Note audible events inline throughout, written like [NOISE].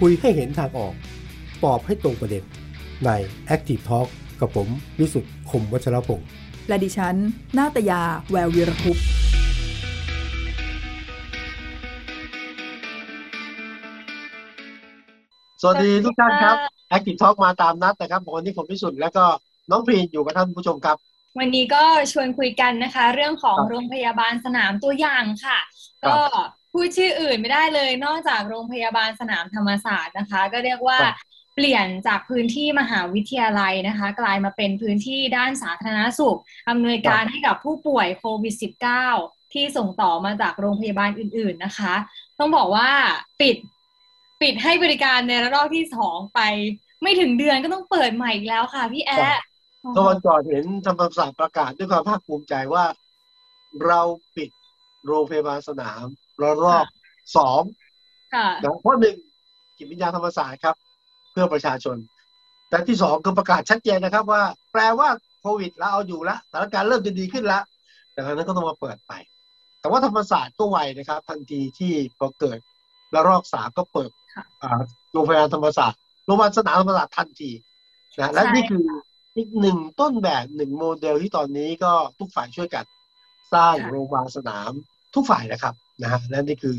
คุยให้เห็นทางออก ตอบให้ตรงประเด็น ใน Active Talk กับผมวิสุทธ์คมวัชรพงศ์ และดิฉัน นาตยา แวววีรคุปต์ สวัสดีทุกท่านครับ Active Talk มาตามนัดนะครับวันนี้ผมพิสุทธิ์แล้วก็น้องพีนอยู่กับท่านผู้ชมครับ วันนี้ก็ชวนคุยกันนะคะ เรื่องของ ครับ โรงพยาบาลสนามตัวอย่างค่ะ ครับ ก็พูดชื่ออื่นไม่ได้เลย นอกจากโรงพยาบาลสนามธรรมศาสตร์นะคะ ก็เรียกว่า ครับ เปลี่ยนจากพื้นที่มหาวิทยาลัยนะคะ กลายมาเป็นพื้นที่ด้านสาธารณสุขอำนวยการให้กับผู้ป่วยโควิด -19 ที่ส่งต่อมาจากโรงพยาบาลอื่น ๆนะคะ ต้องบอกว่าปิดปิดให้บริการในระลอกที่สองไป ไม่ถึงเดือนก็ต้องเปิดใหม่อีกแล้วค่ะพี่แอ๊ะ ตอนก่อนเห็นธรรมศาสตร์ประกาศด้วยความภาคภูมิใจว่า เราปิดโรงพยาบาลสนามระลอกสอง ค่ะ นะเพราะหนึ่งจิตวิญญาณธรรมศาสตร์ครับ เพื่อประชาชน แต่ที่สองคือประกาศชัดเจนนะครับ ว่า แปลว่าโควิดเราเอาอยู่ละสถานการณ์เริ่มจะดีขึ้นละดังนั้นก็ต้องมาเปิดไป แต่ว่าธรรมศาสตร์ก็ไวนะครับ ทันทีที่พอเกิดระลอกสามก็เปิด ค่ะ อ่าโรงพยาบาลธรรมศาสตร์โรงพยาบาลสนามธรรมศาสตร์ทันทีนะและนี่คือ อีกหนึ่งต้นแบบหนึ่งโมเดลที่ตอนนี้ก็ทุกฝ่ายช่วยกัน สร้าง ค่ะ โรงพยาบาลสนามทุกฝ่ายนะครับนะฮะและนี่คือ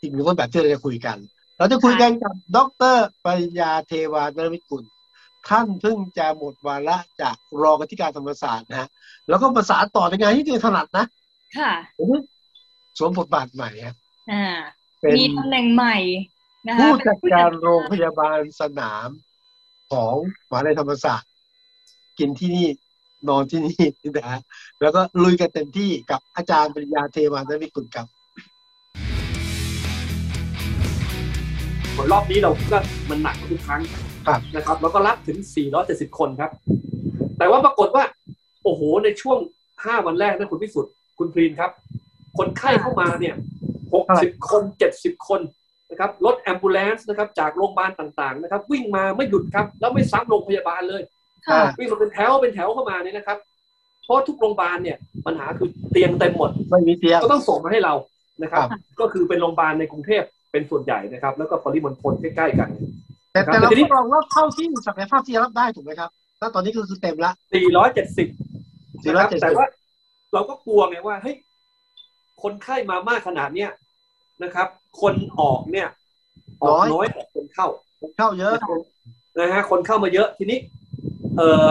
อีกหนึ่งต้นแบบที่เราจะคุยกัน เราจะคุยกันกับดรปริญญาเทวานรมิตกุลท่านเพิ่งจะหมดวาระจากรองอธิการธรรมศาสตร์นะฮะแล้วก็ประสานต่อในงานที่ตัวเองถนัดนะ ค่ะ สวมบทบาทใหม่ฮะ อ่า เป็น มีตำแหน่งใหม่นะคะ ผู้จัด เป็น การโรงพยาบาลสนามของมหาวิทยาลัยธรรมศาสตร์ กินที่นี่นอนที่นี่นะฮะแล้วก็ลุยกันเต็มที่กับอาจารย์ปริญญาเทวานวิกุลครับ ผลรอบนี้เราก็มันหนักกว่าทุกครั้ง ครับ นะครับแล้วก็รับถึง 470 คนครับ แต่ว่าปรากฏว่า โอ้โห ในช่วง 5 วันแรกนะคุณพิสุทธิ์คุณพรีนครับ คนไข้เข้ามาเนี่ย 60 คน 70 คนนะครับรถแอมบูเลนส์นะครับจากโรงพยาบาลต่างๆนะครับ วิ่งมาไม่หยุดครับ แล้วไม่ซ้ำโรงพยาบาลเลย ค่ะ วิ่งมาเป็นแถวเป็นแถวเข้ามาเนี่ยนะครับ เพราะทุกโรงพยาบาลเนี่ยปัญหาคือเตียงเต็มหมด ไม่มีเตียง ก็ต้องส่งมาให้เรานะครับ ครับ ก็คือเป็นโรงพยาบาลในกรุงเทพเป็นส่วนใหญ่นะครับ แล้วก็ปริมณฑลใกล้ๆกัน แต่แต่ ครับ เรา แต่ทีนี้ ก็ลองว่าเข้าที่ศักยภาพที่จะรับได้ถูกไหมครับณตอนนี้ก็คือเต็มละ 470นะครับ 470 แต่ว่าเราก็กลัวไงว่าเฮ้ยคนไข้มามากขนาดเนี้ยนะครับ คนออกเนี่ยออกน้อยกว่าคนเข้า ผมเข้าเยอะ นะฮะคนเข้ามาเยอะทีนี้เออ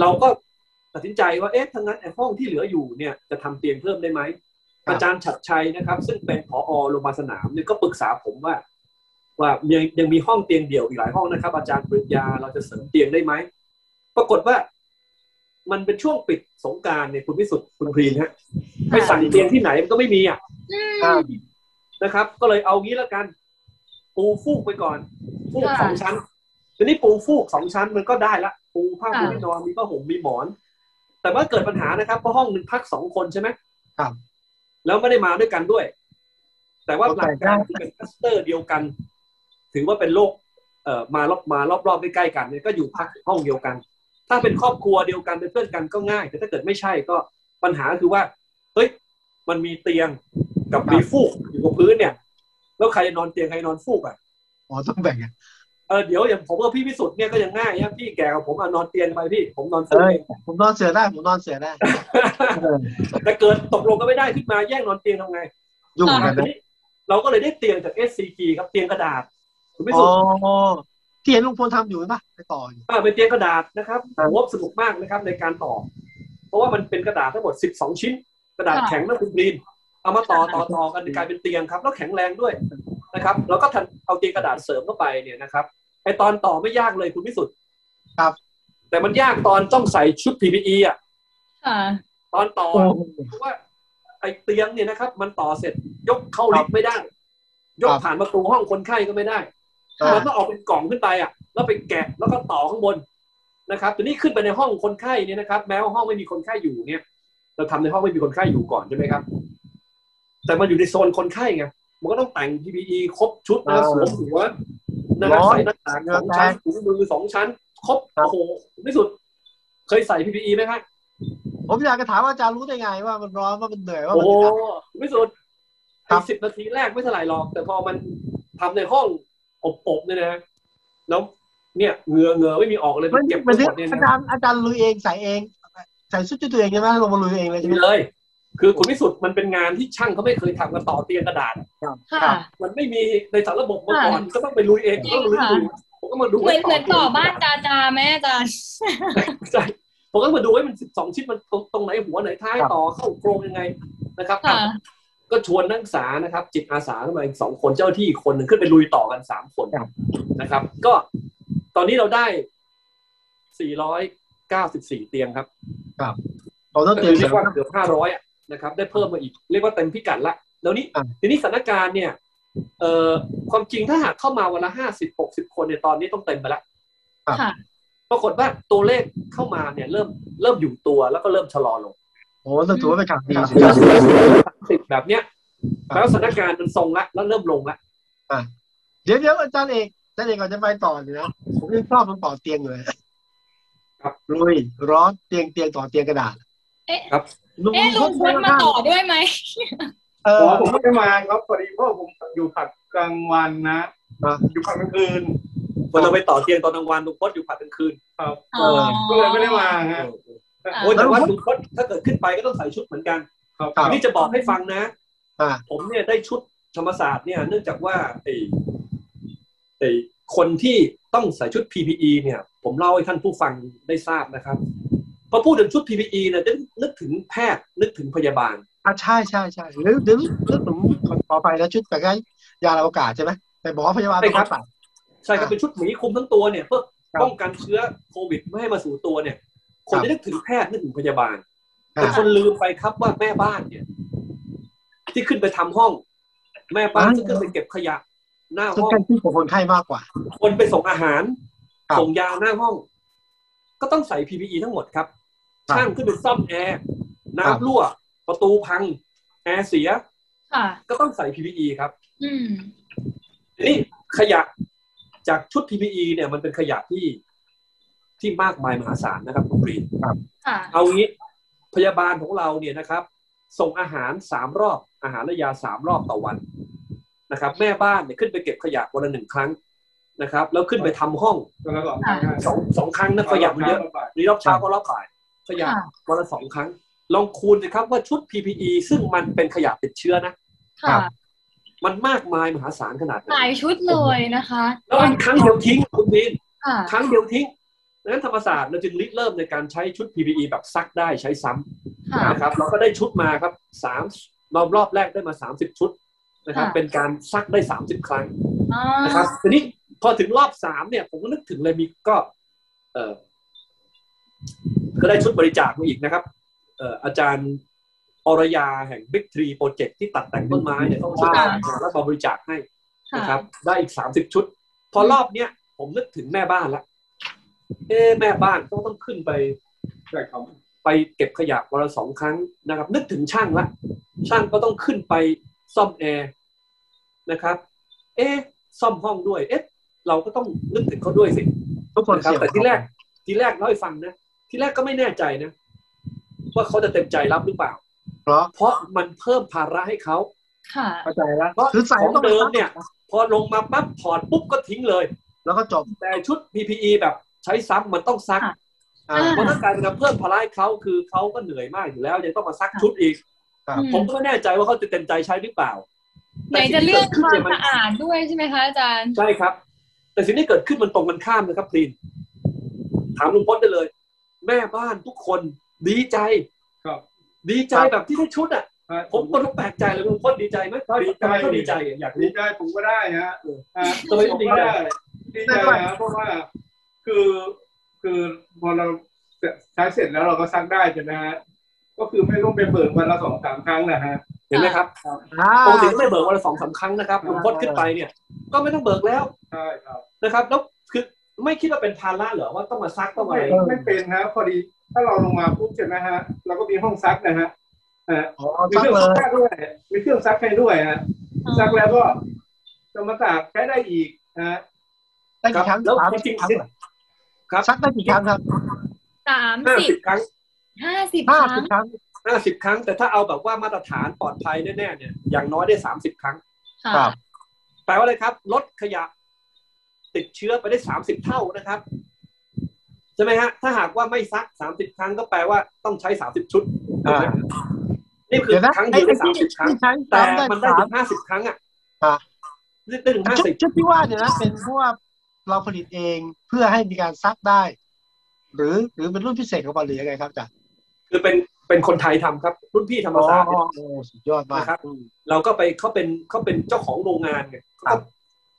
เราก็ตัดสินใจว่าเอ๊ะทั้างนั้นไอ้ห้องที่เหลืออยู่เนี่ยจะทำเตียงเพิ่มได้ไหม ครับ อาจารย์ฉัดชัยนะครับ ซึ่งเป็นผอโรงพยาบาลสนามเนี่ยก็ปรึกษาผมว่า ว่ายังยังมีห้องเตียงเดี่ยวอีกหลายห้องนะครับ อาจารย์ปริญญาเราจะเสริมเตียงได้ไหมปรากฏว่า มันเป็นช่วงปิดสงกรารเนี่ยคุณพิสุทธิ์คุณพรีนฮะไปสั่งเตียงที่ไหนมันก็ไม่มีอ่ะ อืม ครับ นะครับ ก็เลยเอางี้ละกัน ปูฟูกไปก่อน ฟูก ค่ะ สองชั้นทีนี้ปูฟูกสองชั้นมันก็ได้ละปูผ้าปู ค่ะ ที่นอนมีผ้าห่มมีหมอน แต่ว่าเกิดปัญหานะครับเพราะห้องหนึ่งพักสองคนใช่ไหม ครับ แล้วไม่ได้มาด้วยกันด้วย แต่ว่าหลักการที่เป็นคลัสเตอร์เดียวกัน ถือว่าเป็นโรคเอ่อมารอบมารอบรอบๆใกล้ๆกันเนี่ยก็อยู่พักห้องเดียวกัน ถ้าเป็นครอบครัวเดียวกันเป็นเพื่อนกันก็ง่าย แต่ถ้าเกิดไม่ใช่ก็ปัญหาคือว่าเฮ้ยมันมีเตียงกับมีฟูกอยู่กับพื้นเนี่ย แล้วใครจะนอนเตียงใครนอนฟูกอ่ะ อ๋อต้องแบ่งกัน เออเดี๋ยวอย่างผมกับพี่พิสุทธิ์เนี่ยก็ยังง่ายนะพี่แก่กว่าผมอะนอนเตียงไปพี่ผมนอนฟูก เอ้ย เอง ผมนอนเสือได้ผมนอนเสือ [LAUGHS] ได้เออ แต่เกิดตกลงก็ไม่ได้ขึ้นมาแย่งนอนเตียงทำไง ยุ่งเหมือนกัน ที นะ นี้เราก็เลยได้เตียงจาก SCG ครับเตียงกระดาษคุณพิ อ๋ สุ อ ทธิ์ ที่เห็นลุงพลทำอยู่ป่ะไปต่ออยู่ อ่าเป็นเตียงกระดาษนะครับ ครับ งบสนุกมากนะครับในการต่อ เพราะว่ามันเป็นกระดาษทั้งหมด 12 ชิ้น กระดาษ ค่ะ แข็งนะคุณบลีนเอามาต่อต่อต่อกันกลายเป็นเตียงครับแล้วแข็งแรงด้วยนะครับแล้วก็ทันเอาเตียงกระดาษเสริมเข้าไปเนี่ยนะครับไอตอนต่อไม่ยากเลยคุณพิสุทธิ์ ครับ แต่มันยากตอนต้องใส่ชุด PPE อ่ะ ค่ะ ตอนต่อ โอ้ เพราะว่าไอ้เตียงเนี่ยนะครับ มันต่อเสร็จยกเข้าลิฟต์ไม่ได้ ยก ครับ ผ่านประตูห้องคนไข้ก็ไม่ได้ อ่า มันต้องเออกเป็นกล่องขึ้นไปอ่ะ แล้วไปแกะแล้วก็ต่อข้างบนนะครับทีนี้ขึ้นไปในห้องคนไข้เนี่ยนะครับ แม้ว่าห้องไม่มีคนไข้อยู่เนี่ย เราทำในห้องไม่มีคนไข้อยู่ก่อนใช่ไหมครับ แต่มันอยู่ในโซนคนไข้ไงมันก็ต้องแต่ง PPE ครบชุดนะ อ่า สวมหัวนะครับ ร้อน ใส่หน้ากากสองชั้นถุงมือสองชั้น ครบ ครับ โอ้โหที่สุด เคยใส่ PPE ไหมครับ ผมอยากจะถามว่าอาจารย์รู้ได้ไงว่ามันร้อนว่ามันเหนื่อยว่า โอ้ มันอึดอัดโหไม่สุด ครั ไอ้ บ สิบนาทีแรกไม่เท่าไหร่หรอก แต่พอมันทำในห้อง อบปบเนี่ยนะแล้วเนี่ยเหงือเหงือไม่มีออกเลย มัน เก็บ มัน หมดเนี่ย อา นะ จารย์อาจารย์ลุยเองใส่เอง ใส่ชุดตัวเองใช่ไหมลงมาลุยเองเลยใช่ไหม เลย คือคุณวิสุทธ์มันเป็นงานที่ช่างเขาไม่เคยทำกันต่อเตียงกระดาษ ค่ะ ครับ มันไม่มีในสารระบบมาก่อนก็ต้องไปลุยเอง จริ ก็ ง ลุย ค่ะ ดูผมก็มาดู เหมือนเหมือนต่อบ้าน กัน จาจาแม่อาจารย์ ใช่ผมก็มาดูให้มันสิบสองชิ้นมันตรงตรงไหนหัวไหนท้ายต่อเข้าโครงยังไงนะครับ ค่ะ อ่ะก็ชวนนักศึกษานะครับ จิตอาสาเข้ามาอีกสองคนเจ้าที่อีกคนหนึ่งขึ้นไปลุยต่อกันสามคน ครับ นะครับ ก็ตอนนี้เราได้สี่ร้อยเก้าสิบสี่เตียงครับ เราต้อง ก็ เตรี คื ยม อเสริเรีย ม กว่าเกือบห้าร้อยนะครับ ได้เพิ่มมาอีก เรียกว่าเต็มพิกัดละแล้วนี้ อ่ะ ทีนี้สถานการณ์เนี่ยเอ่อความจริงถ้าหากเข้ามาวันละห้าสิบหกสิบคนเนี่ยตอนนี้ต้องเต็มไปละ ครับ ค่ะ ปรากฏว่าตัวเลขเข้ามาเนี่ยเริ่มเริ่มอยู่ตัวแล้วก็เริ่มชะลอลง โอ้ต้องถือว่าเป็นข่าวดีสิ ติดแบบเนี้ย ครับ แล้วสถานการณ์มันทรงละแล้วเริ่มลงละ เดี๋ยวเดี๋ยวอาจารย์เอกอาจารย์เอกก่อนจะไปต่อเลยนะผมยังชอบมันต่อเตียงอยู่เลยลุยร้อนเตียงเตียงต่อเตียงกระดาษ ครับ เอ๊ะลุงพลมาต่อด้วยไหม เอ อ๋ อ อผมไม่ได้มาครับพอดีเพราะว่อผมอยู่ผักกลางวันนะ อ่ะ อยู่ผักกลางคืน คนเราไปต่อเตียงตอนกลางวันลุงพจน์อยู่ผัดกลางคืน อ๋อ ก็เลยไม่ได้มาฮะ อ่ะ โอ้ยแต่ว่าลุงพจน์ถ้าเกิดขึ้นไปก็ต้องใส่ชุดเหมือนกัน ครับ ครับ ทีนี่จะบอกให้ฟังนะ อ่า ผมเนี่ยได้ชุดธรรมศาสตร์เนี่ยเนื่องจากว่าไอ้ไอ้คนที่ต้องใส่ชุด PPE เนี่ย ผมเล่าให้ท่านผู้ฟังได้ทราบนะครับพอพูดถึงชุด PPE เนี่ยจะนึกถึงแพทย์นึกถึงพยาบาล อ่ะใช่ใช่ใช่หรือหรือหรือผมขอขอไปนะชุดแบบนั้นยาอวกาศใช่ไหมแต่หมอพยาบาล ใช่ครัต้อบงตัด ใช่ครับเป็นชุดหมีคลุมทั้งตัวเนี่ยเพื่อ ครับ ป้องกันเชื้อโควิดไม่ให้มาสู่ตัวเนี่ย คคนรับ จะนึกถึงแพทย์นึกถึงพยาบาล อ่ะ แต่คนลืมไปครับว่าแม่บ้านเนี่ย ที่ขึ้นไปทำห้อง แม่บ้านที่ขึ้นไปเก็บขยะ หน้า ซึ่ง ห้อใกงล้ชิดกับคนไข้มากกว่า คนไปส่งอาหาร ครับ ส่งยาหน้าห้อง ก็ต้องใส่ PPE ทั้งหมดครับ ครับ ช่างขึ้นไปซ่อมแอร์ ครับ น้ำรั่ว ประตูพัง แอร์เสีย ค่ะ ก็ต้องใส่ PPE ครับ อืม ทีนี่ขยะจากชุด PPE เนี่ยมันเป็นขยะที่ที่มากมายมหาศาลนะครับคุณปรีน ค่ะ เอางี้พยาบาลของเราเนี่ยนะครับ ส่งอาหารสามรอบ อาหารและยาสามรอบต่อวันนะครับ แม่บ้านเนี่ยขึ้นไปเก็บขยะวันละหนึ่งครั้งนะครับ แล้วขึ้นไปทำห้อง ก็แล้วก็ออกมาได้ สองสองครั้งนะขยะมันเยอะนี่รอบเช้าก็รอบบ่ายขยะ ค่ะ วันละสองครั้ง ลองคูณสิครับว่าชุด PPE ซึ่งมันเป็นขยะติดเชื้อนะ ค่ะ มันมากมายมหาศาลขนาดไหน หลายชุดเลยนะคะ แล้วมันครั้งเดียวทิ้งคุณบิน ค่ะ ครั้งเดียวทิ้งดังนั้นธรรมศาสตร์เราจึงริเริ่มในการใช้ชุด PPE แบบซักได้ใช้ซ้ ค่ะ ำนะครับ เราก็ได้ชุดมาครับสามรอบรอบแรกได้มา 30 ชุดนะครับ ค่ะ เป็นการซักได้ 30 ครั้ง อ๋อ นะครับทีนี้พอถึงรอบสามเนี่ย ผมก็นึกถึงเลยมีก็ เออก็ได้ชุดบริจาคมาอีกนะครับ เอ่ออาจารย์อรยาแห่ง Big Tree Project ที่ตัดแต่งต้นไม้เนี่ยต้องช่วยกันแล้วมาบริจาคให้ ค่ะ นะครับ ได้อีกสามสิบชุด พอรอบเนี้ยผมนึกถึงแม่บ้านละเอ๊ะแม่บ้านต้องต้องขึ้นไป ใช่ครับ ไปเก็บขยะวันละสองครั้งนะครับ นึกถึงช่างละช่างก็ต้องขึ้นไปซ่อมแอร์นะครับ เอ๊ะซ่อมห้องด้วย เอ๊ะเราก็ต้องนึกถึงเขาด้วยสิ ทุกคน นะครับ เสี่ยง แต่ที่แรกที่แรกเล่าให้ฟังนะที่แรกก็ไม่แน่ใจนะว่าเขาจะเต็มใจรับหรือเปล่า เพราะ เพราะมันเพิ่มภาระให้เขา ค่ะ เข้าใจแล้ว เพราะ คือใส่ ของ ต้อง เดิมเนี่ย พอลงมาปั๊บถอดปุ๊บก็ทิ้งเลย แล้วก็จบ แต่ชุด PPE แบบใช้ซ้ำมันต้องซัก ค่ะ อ่า อ่า มันต้องกลายเป็นการเพิ่มภาระให้เขาคือเขาก็เหนื่อยมากอยู่แล้วยังต้องมาซักชุดอีก ครับ อืม ผมก็ไม่แน่ใจว่าเขาจะเต็มใจใช้หรือเปล่า ไหนจะเรื่องคแต่วา สิ่ ม งที่เกิดขึ้นเนี่ยมัน สะอาดด้วยใช่ไหมคะอาจารย์ ใช่ครับ แต่สิ่งที่เกิดขึ้นมันตรงกันข้ามนะครับพลีนถามลุงพจน์ได้เลย แม่บ้านทุกคนดีใจ ครับ ดีใจแบบที่ได้ชุดอ่ะ ฮะ ผ ผม ม ก็ต้องแปลกใจเลยลุงพจน์ดีใจไหม ดีใจ ทำไมเขาดีใจอ่ะอยาก ดี รู้ ใจผมก็ได้ฮะฮะ ทำไม ผ เขา ม ดี ก็ ใจ ได้ดีใจนะเพราะว่าคือคือพอเราใช้เสร็จแล้วเราก็ซักได้ใช่ไหมฮะก็คือไม่ต้องไปเบิกวันละสองสามครั้งนะฮะ เห็นไหมครับ อ่า ปกติก็ไม่เบิกวันละสองสามครั้งนะครับลุงพจน์ขึ้นไปเนี่ย ก็ไม่ต้องเบิกแล้ว ใช่ครับ นะครับแล้วคือไม่คิดว่าเป็นภาระเหรอว่าต้องมาซักต้องอะ ไม่ ไร ไม่เป็นฮะพอดีถ้าเราลงมาปุ๊บใช่ไหมฮะเราก็มีห้องซักนะฮะฮะ อ๋อ มี ซัก เครื่เลยองซักได้ด้วย มีเครื่องซักให้ด้วยฮะ อ๋อ ซักแล้วก็จะมาตากใช้ได้อีกฮะ ได้กี่ครั้ง แล้ว สาม จริงๆ ครั้งเหอ ครับ ซักได้กี่ครั้งครับ สาม ห้า สิ สิ บบ ครั้ง ห้าสิบ ห้า ครั้ สิ ง บครั้ง ห้าสิบครั้งแต่ถ้าเอาแบบว่ามาตรฐานปลอดภัยแน่ๆเนี่ยอย่างน้อยได้สามสิบครั้ง ค่ะ แปลว่าอะไรครับ ลดขยะ ติดเชื้อไปได้สามสิบเท่านะครับใช่ไหมฮะถ้าหากว่าไม่ซักสามสิบครั้งก็แปลว่าต้องใช้สามสิบชุด อ่า นี่คือ เดี๋ยวนะ ครั้งเดียวได้สามสิบครั้ง ที่ใช้ แต่ ซ้ำได้ มันได้ สาม ถึงห้าสิบครั้งอ่ะ อ่ะ ได้ถึงห้า ชุด สิบ ชุดที่ว่าเนี่ยนะเป็นเพราะว่าเราผลิตเองเพื่อให้มีการซักได้ หรือหรือเป็นรุ่นพิเศษของบอลหรือยังไงครับอาจารย์ คือเป็นเป็นคนไทยทำครับ รุ่นพี่ธรรม อ๋อ ศาสตร์ อ๋ เนี่ อย โอ้สุดยอดมาก นะครับเราก็ไปเขาเป็นเขาเป็นเจ้าของโรงงานไงเขา ครั ก็ บ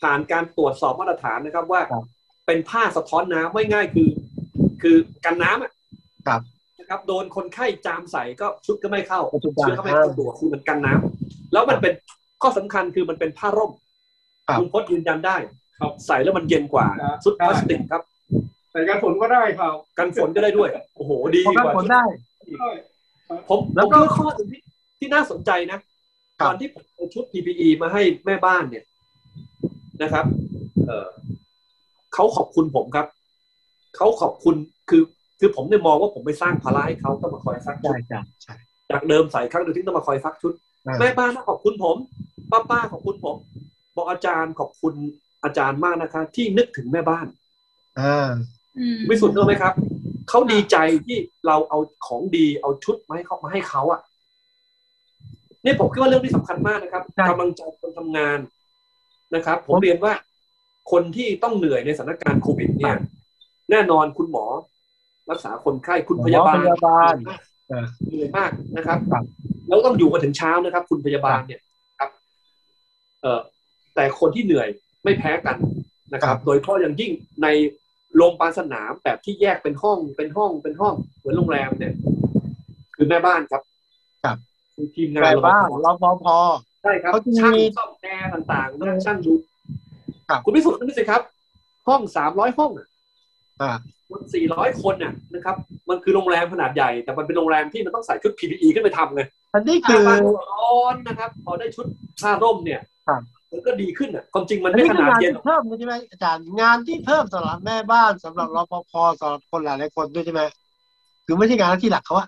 ผ่านการตรวจสอบมาตรฐานนะครับว่า ครับ เป็นผ้าสะท้อนน้ำไม่ง่ายคือ คือกันน้ำอะ ครับ นะครับโดนคนไข้จามใส่ก็ชุดก็ไม่เข้า ปัจจุบัน เชื้อก็ไม่ อ่า เข้าตัวคือมันกันน้ำแล้วมันเป็นข้อสำคัญคือมันเป็นผ้าร่ม ครับ ณพจน์ยืนยันได้ ครับ ใส่แล้วมันเย็นกว่า ครับ ชุด ใช่ พลาสติกครับ ใส่กันฝนก็ได้ครับ กันฝนก็ได้ด้วย โอ้โหดี ผม ก ก็ ว่า ผลได้ ได้ ผม แล้ แล้วว ก็ ก็ข้อหนึ่งที่ที่น่าสนใจคนะรับ ตอนที่ผมเอาชุด PPE มาให้แม่บ้านเนี่ยนะครับ เออเขาขอบคุณผมครับ เขาขอบคุณคือคือผมเนี่ยมองว่าผมไปสร้างภาระให้เขาต้องมาคอยซักชุ ใช่ ด ใช่ใช่ จากเดิมใส่ครั้งเดียวที่ต้องมาคอยซักชุด อ่า แม่บ้านก็ขอบคุณผม ป้าป้าๆขอบคุณผม บอกอาจารย์ขอบคุณอาจารย์มากนะคะ ที่นึกถึงแม่บ้าน อ่า อืม วิสุทธ์รู้ไหมครับ เขาดีใจที่เราเอาของดีเอาชุดมาให้เขามาให้เขาอ่ะนี่ผมคิดว่าเรื่องที่สำคัญมากนะครับ ใช่ กำลังใจคนทำงานนะครับ ผ ผม ม เรียนว่าคนที่ต้องเหนื่อยในสถานการณ์โควิดเนี่ย แน่นอนคุณหมอ รักษาคนไข้คุณพยาบาล หมอพยาบาล เหนื่อยมากนะครับ ครับ แล้วต้องอยู่กันถึงเช้านะครับ คุณพยาบาลเนี่ยครับ เอ่อแต่คนที่เหนื่อยไม่แพ้กันนะค ครั รับ บ โดยเฉพาะอย่างยิ่งในโรงพยาบาลสนามแบบที่แยกเป็นห้องเป็นห้องเป็นห้องเหมือนโรงแรมเนี่ย คือแม่บ้านครับ ครับ คือทีมงาน แปลว่าเราพอพอ ใช่ครับ เขาจะมี ช่างซ่อมแอร์ต่างๆนะช่างดู ครับ คุณพิสุทธิ์นั่นสิครับ ห้องสามร้อยห้องอะ อ่า คนสี่ร้อยคนน่ะนะครับ มันคือโรงแรมขนาดใหญ่ แต่มันเป็นโรงแรมที่มันต้องใส่ชุด PPE ขึ้นไปทำไง อันนี้คือ บ้านร้อนนะครับ พอได้ชุดผ้าร่มเนี่ย ครับ มันก็ดีขึ้นอ่ะความจริงมัน อัน ไม่ นี้คือนาขางด น เย็นหร ที่ อก เพิ่มด้วยใช่ไหมอาจารย์งานที่เพิ่มสำหรับแม่บ้านสำหรับรปภสำหรับคนหลายๆคนด้วยใช่ไหมคือไม่ใช่งานหน้าที่หลักเขาอะ